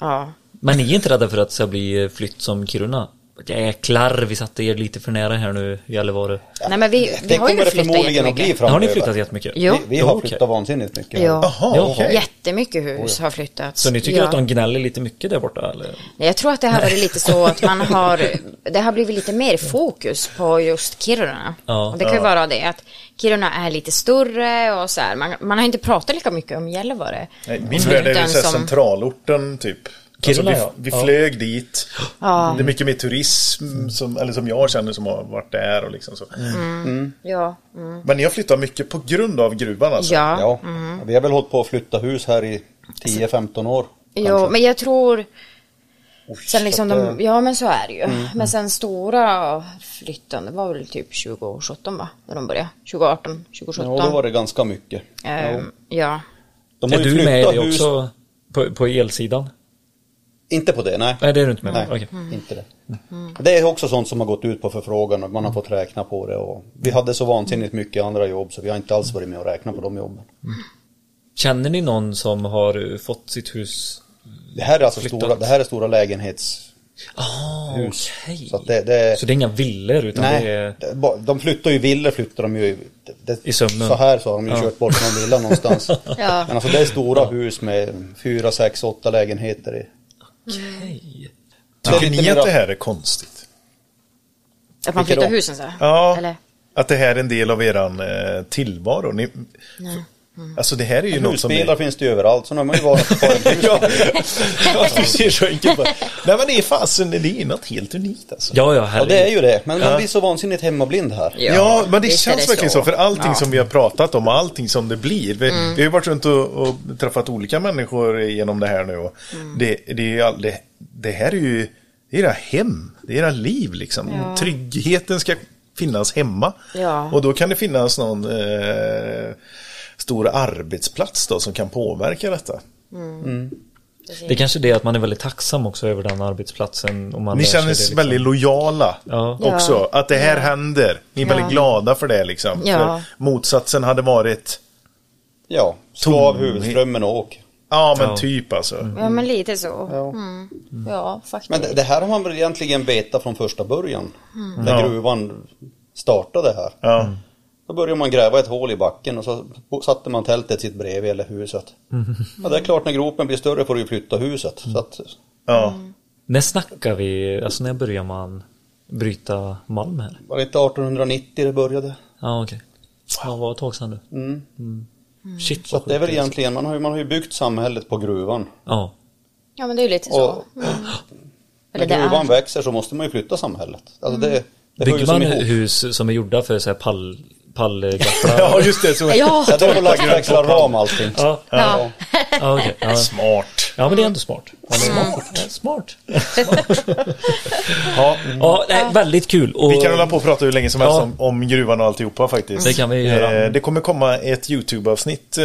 S5: Ja.
S2: Men ni är inte rädda för att det ska bli flytt som Kiruna? Jäklar, vi satte er lite för nära här nu, Gällivare.
S5: Nej men vi, vi
S4: Det
S5: har ju
S4: kommer det
S5: flyttat
S4: förmodligen att bli
S5: jättemycket.
S4: framöver.
S2: Har ni flyttat jättemycket?
S5: Jo.
S4: Vi, vi har
S2: Okej.
S4: flyttat vansinnigt mycket.
S5: Ja.
S1: Jaha,
S2: Jaha.
S1: okej.
S5: Jättemycket hus har flyttats.
S2: Så ni tycker
S5: ja.
S2: att de gnäller lite mycket där borta? Eller?
S5: Nej, Jag tror att det har varit lite så att man har, det har blivit lite mer fokus på just Kiruna.
S2: Ja,
S5: och det kan ju vara det att Kiruna är lite större och så här. Man, man har inte pratat lika mycket om Gällivare.
S1: Nej, min värld är ju
S5: Utan
S1: så här
S5: som-
S1: centralorten typ.
S2: Kiruna,
S1: alltså,
S2: ja.
S1: vi, vi
S2: Ja.
S1: flög dit.
S5: Ja.
S1: Det är mycket mer turism som, eller som jag känner som har varit där och liksom så.
S2: Mm.
S5: Ja, mm.
S1: Men ni har flyttat mycket på grund av gruvan alltså?
S5: ja.
S4: Ja.
S5: Mm.
S4: Vi har väl hållit på att flytta hus här i 10-15 år.
S5: Jo, men jag tror, sen liksom
S4: så att eh, Mm.
S5: de, ja men så är det ju. Men sen stora flytten, det var väl typ 2017 va? När de började, 2018, 2017.
S4: Ja, då var det ganska mycket.
S5: Ehm, ja.
S4: De
S2: Är
S4: har ju
S2: du med i
S4: flyttat
S2: det
S4: hus.
S2: också? På, på elsidan?
S4: Inte på det, nej.
S2: Nej, det är du inte med
S4: Nej,
S2: på. Okej.
S5: Mm.
S4: inte det. Det är också sånt som har gått ut på förfrågan och man har fått räkna på det. Och vi hade så vansinnigt mycket andra jobb så vi har inte alls varit med och räknat på de jobben.
S2: Känner ni någon som har eh, fått sitt hus?
S4: Det här är alltså
S2: Flyttat.
S4: stora, det här är stora lägenhetshus.
S2: Ah, okej.
S4: Så att det, det,
S2: Så det är inga villor utan
S4: nej,
S2: det är...
S4: det- ba- de flyttar ju villor flyttar de ju. i- Det,
S2: I sömnen.
S4: Så här så har de ju kört bort någon villa någonstans.
S5: Ja.
S4: Men alltså det är stora hus med fyra, sex, åtta lägenheter i.
S2: Okej.
S4: Det är
S1: Tycker
S4: lite
S1: ni
S4: mera-
S1: att det här är konstigt?
S5: Att man
S4: Vilket
S5: flyttar
S4: då?
S5: husen så här?
S1: Ja,
S5: Eller?
S1: att det här är en del av eran eh, tillvaro. Ni, Alltså det här är ju något som...
S4: Husbilar finns det ju överallt så nu har man ju varit på en hus.
S1: ja, ja, du ser så enkelt på det. Nej men det är fasen, det är något helt unikt alltså.
S2: Ja, ja,
S4: Ja
S2: herregud.
S4: det är ju det, men man blir så vansinnigt hemmablind här.
S1: Ja, men det
S5: visst är
S1: känns verkligen så. För allting
S5: Ja. Mm.
S1: som vi har pratat om, allting som det blir. Vi, vi har ju varit runt och, och träffat olika människor genom det här nu. Och
S5: Mm.
S1: det, det, är ju all, det, det här är ju det är era hem, det är era liv liksom. Tryggheten ska finnas hemma.
S5: Ja.
S1: Och då kan det finnas någon eh, stor arbetsplats då som kan påverka detta.
S2: Det är kanske är det att man är väldigt tacksam också över den arbetsplatsen. Om man
S1: Ni
S2: lär sig
S1: känner
S2: det, liksom.
S1: er väldigt lojala
S2: Ja.
S1: också. Att det här händer. Ni är väldigt glada för det liksom.
S5: Ja.
S1: För motsatsen hade varit
S4: Ja, slå
S1: Tom-
S4: av huvudströmmen och åk.
S1: Ja men
S2: Ja.
S1: typ alltså.
S5: Ja, men lite så. Mm. Ja, faktiskt.
S4: Men det, det här har man väl egentligen vetat från första början. När
S1: Ja.
S4: gruvan startade här.
S1: Ja.
S4: Då började man gräva ett hål i backen och så satte man tältet sitt bredvid eller huset. Ja, det är klart när gropen blir större får du ju flytta huset. Så att,
S1: Ja.
S2: Mm. När snackar vi, alltså när börjar man bryta malm här?
S4: var det inte 1890 det började?
S2: Ja, okej. Ja, vad var ett tag sedan nu.
S4: Mm.
S2: Shit,
S4: Så
S2: vad
S4: att det är väl
S2: sjukt, alltså.
S4: egentligen, man har, ju, man har ju byggt samhället på gruvan.
S2: Ja.
S5: Ja, men det är ju lite så.
S4: Och när
S5: Eller det
S4: gruvan
S5: är.
S4: växer så måste man ju flytta samhället. Alltså det, det hör ju
S2: Bygger
S4: som
S2: man
S4: ihop.
S2: hus som är gjorda för så här pall, pallgafflar?
S1: ja, just det. Så.
S5: Ja,
S4: Ja, det är väl lastväxlar, ram allting.
S2: ja,
S5: ja.
S2: ja, okej. ja.
S1: Smart.
S2: ja, men det är ändå smart. Smart. Smart. ja, ja, nej, väldigt kul. Och,
S1: Vi kan hålla på och prata hur länge som helst
S2: Ja.
S1: om, om gruvan och alltihopa faktiskt.
S2: Det kan vi göra.
S1: Eh, det kommer komma ett YouTube-avsnitt eh,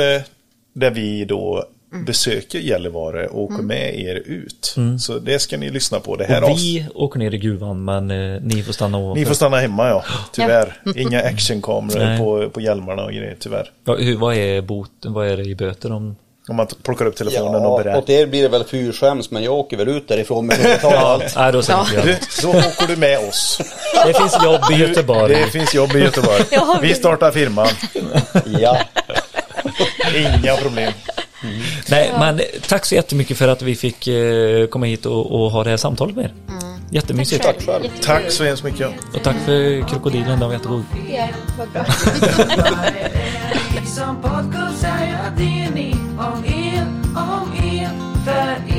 S1: där vi då besöker Gällivare och åker med er ut. Så det ska ni lyssna på. Det här
S2: Mm. och
S1: avsnittet.
S2: vi åker ner i gruvan, men eh, ni får stanna ovanför.
S1: Ni får stanna hemma ja, tyvärr. Inga actionkameror
S2: Nej.
S1: på, på hjälmarna och grejer, tyvärr.
S2: Ja, hur, vad är boten? Vad är det i böter om?
S1: Om man plockar upp telefonen och
S4: Ja, åt
S1: berättar.
S4: er blir det väl fyrskäms men jag åker väl ut därifrån med betala allt.
S2: Nej, då ska vi
S5: Ja.
S2: inte göra
S1: Du,
S2: det.
S1: då åker du med oss.
S2: Det finns jobb i Göteborg.
S1: Det finns jobb i Göteborg.
S5: Ja,
S1: Vi
S5: vi-
S1: startar firman.
S4: Ja,
S1: Inga problem.
S2: Nej, men tack så jättemycket för att vi fick eh, komma hit och, och ha det här samtalet med er. Jättemysigt.
S5: Mm. Tack själv.
S4: själv.
S5: Jättekul.
S1: Tack så hemskt mycket.
S2: Och tack för krokodilen, den var jättegod.
S5: Ja, vad bra.
S3: Liksom Som podcast säger att det är ni om er, om er, för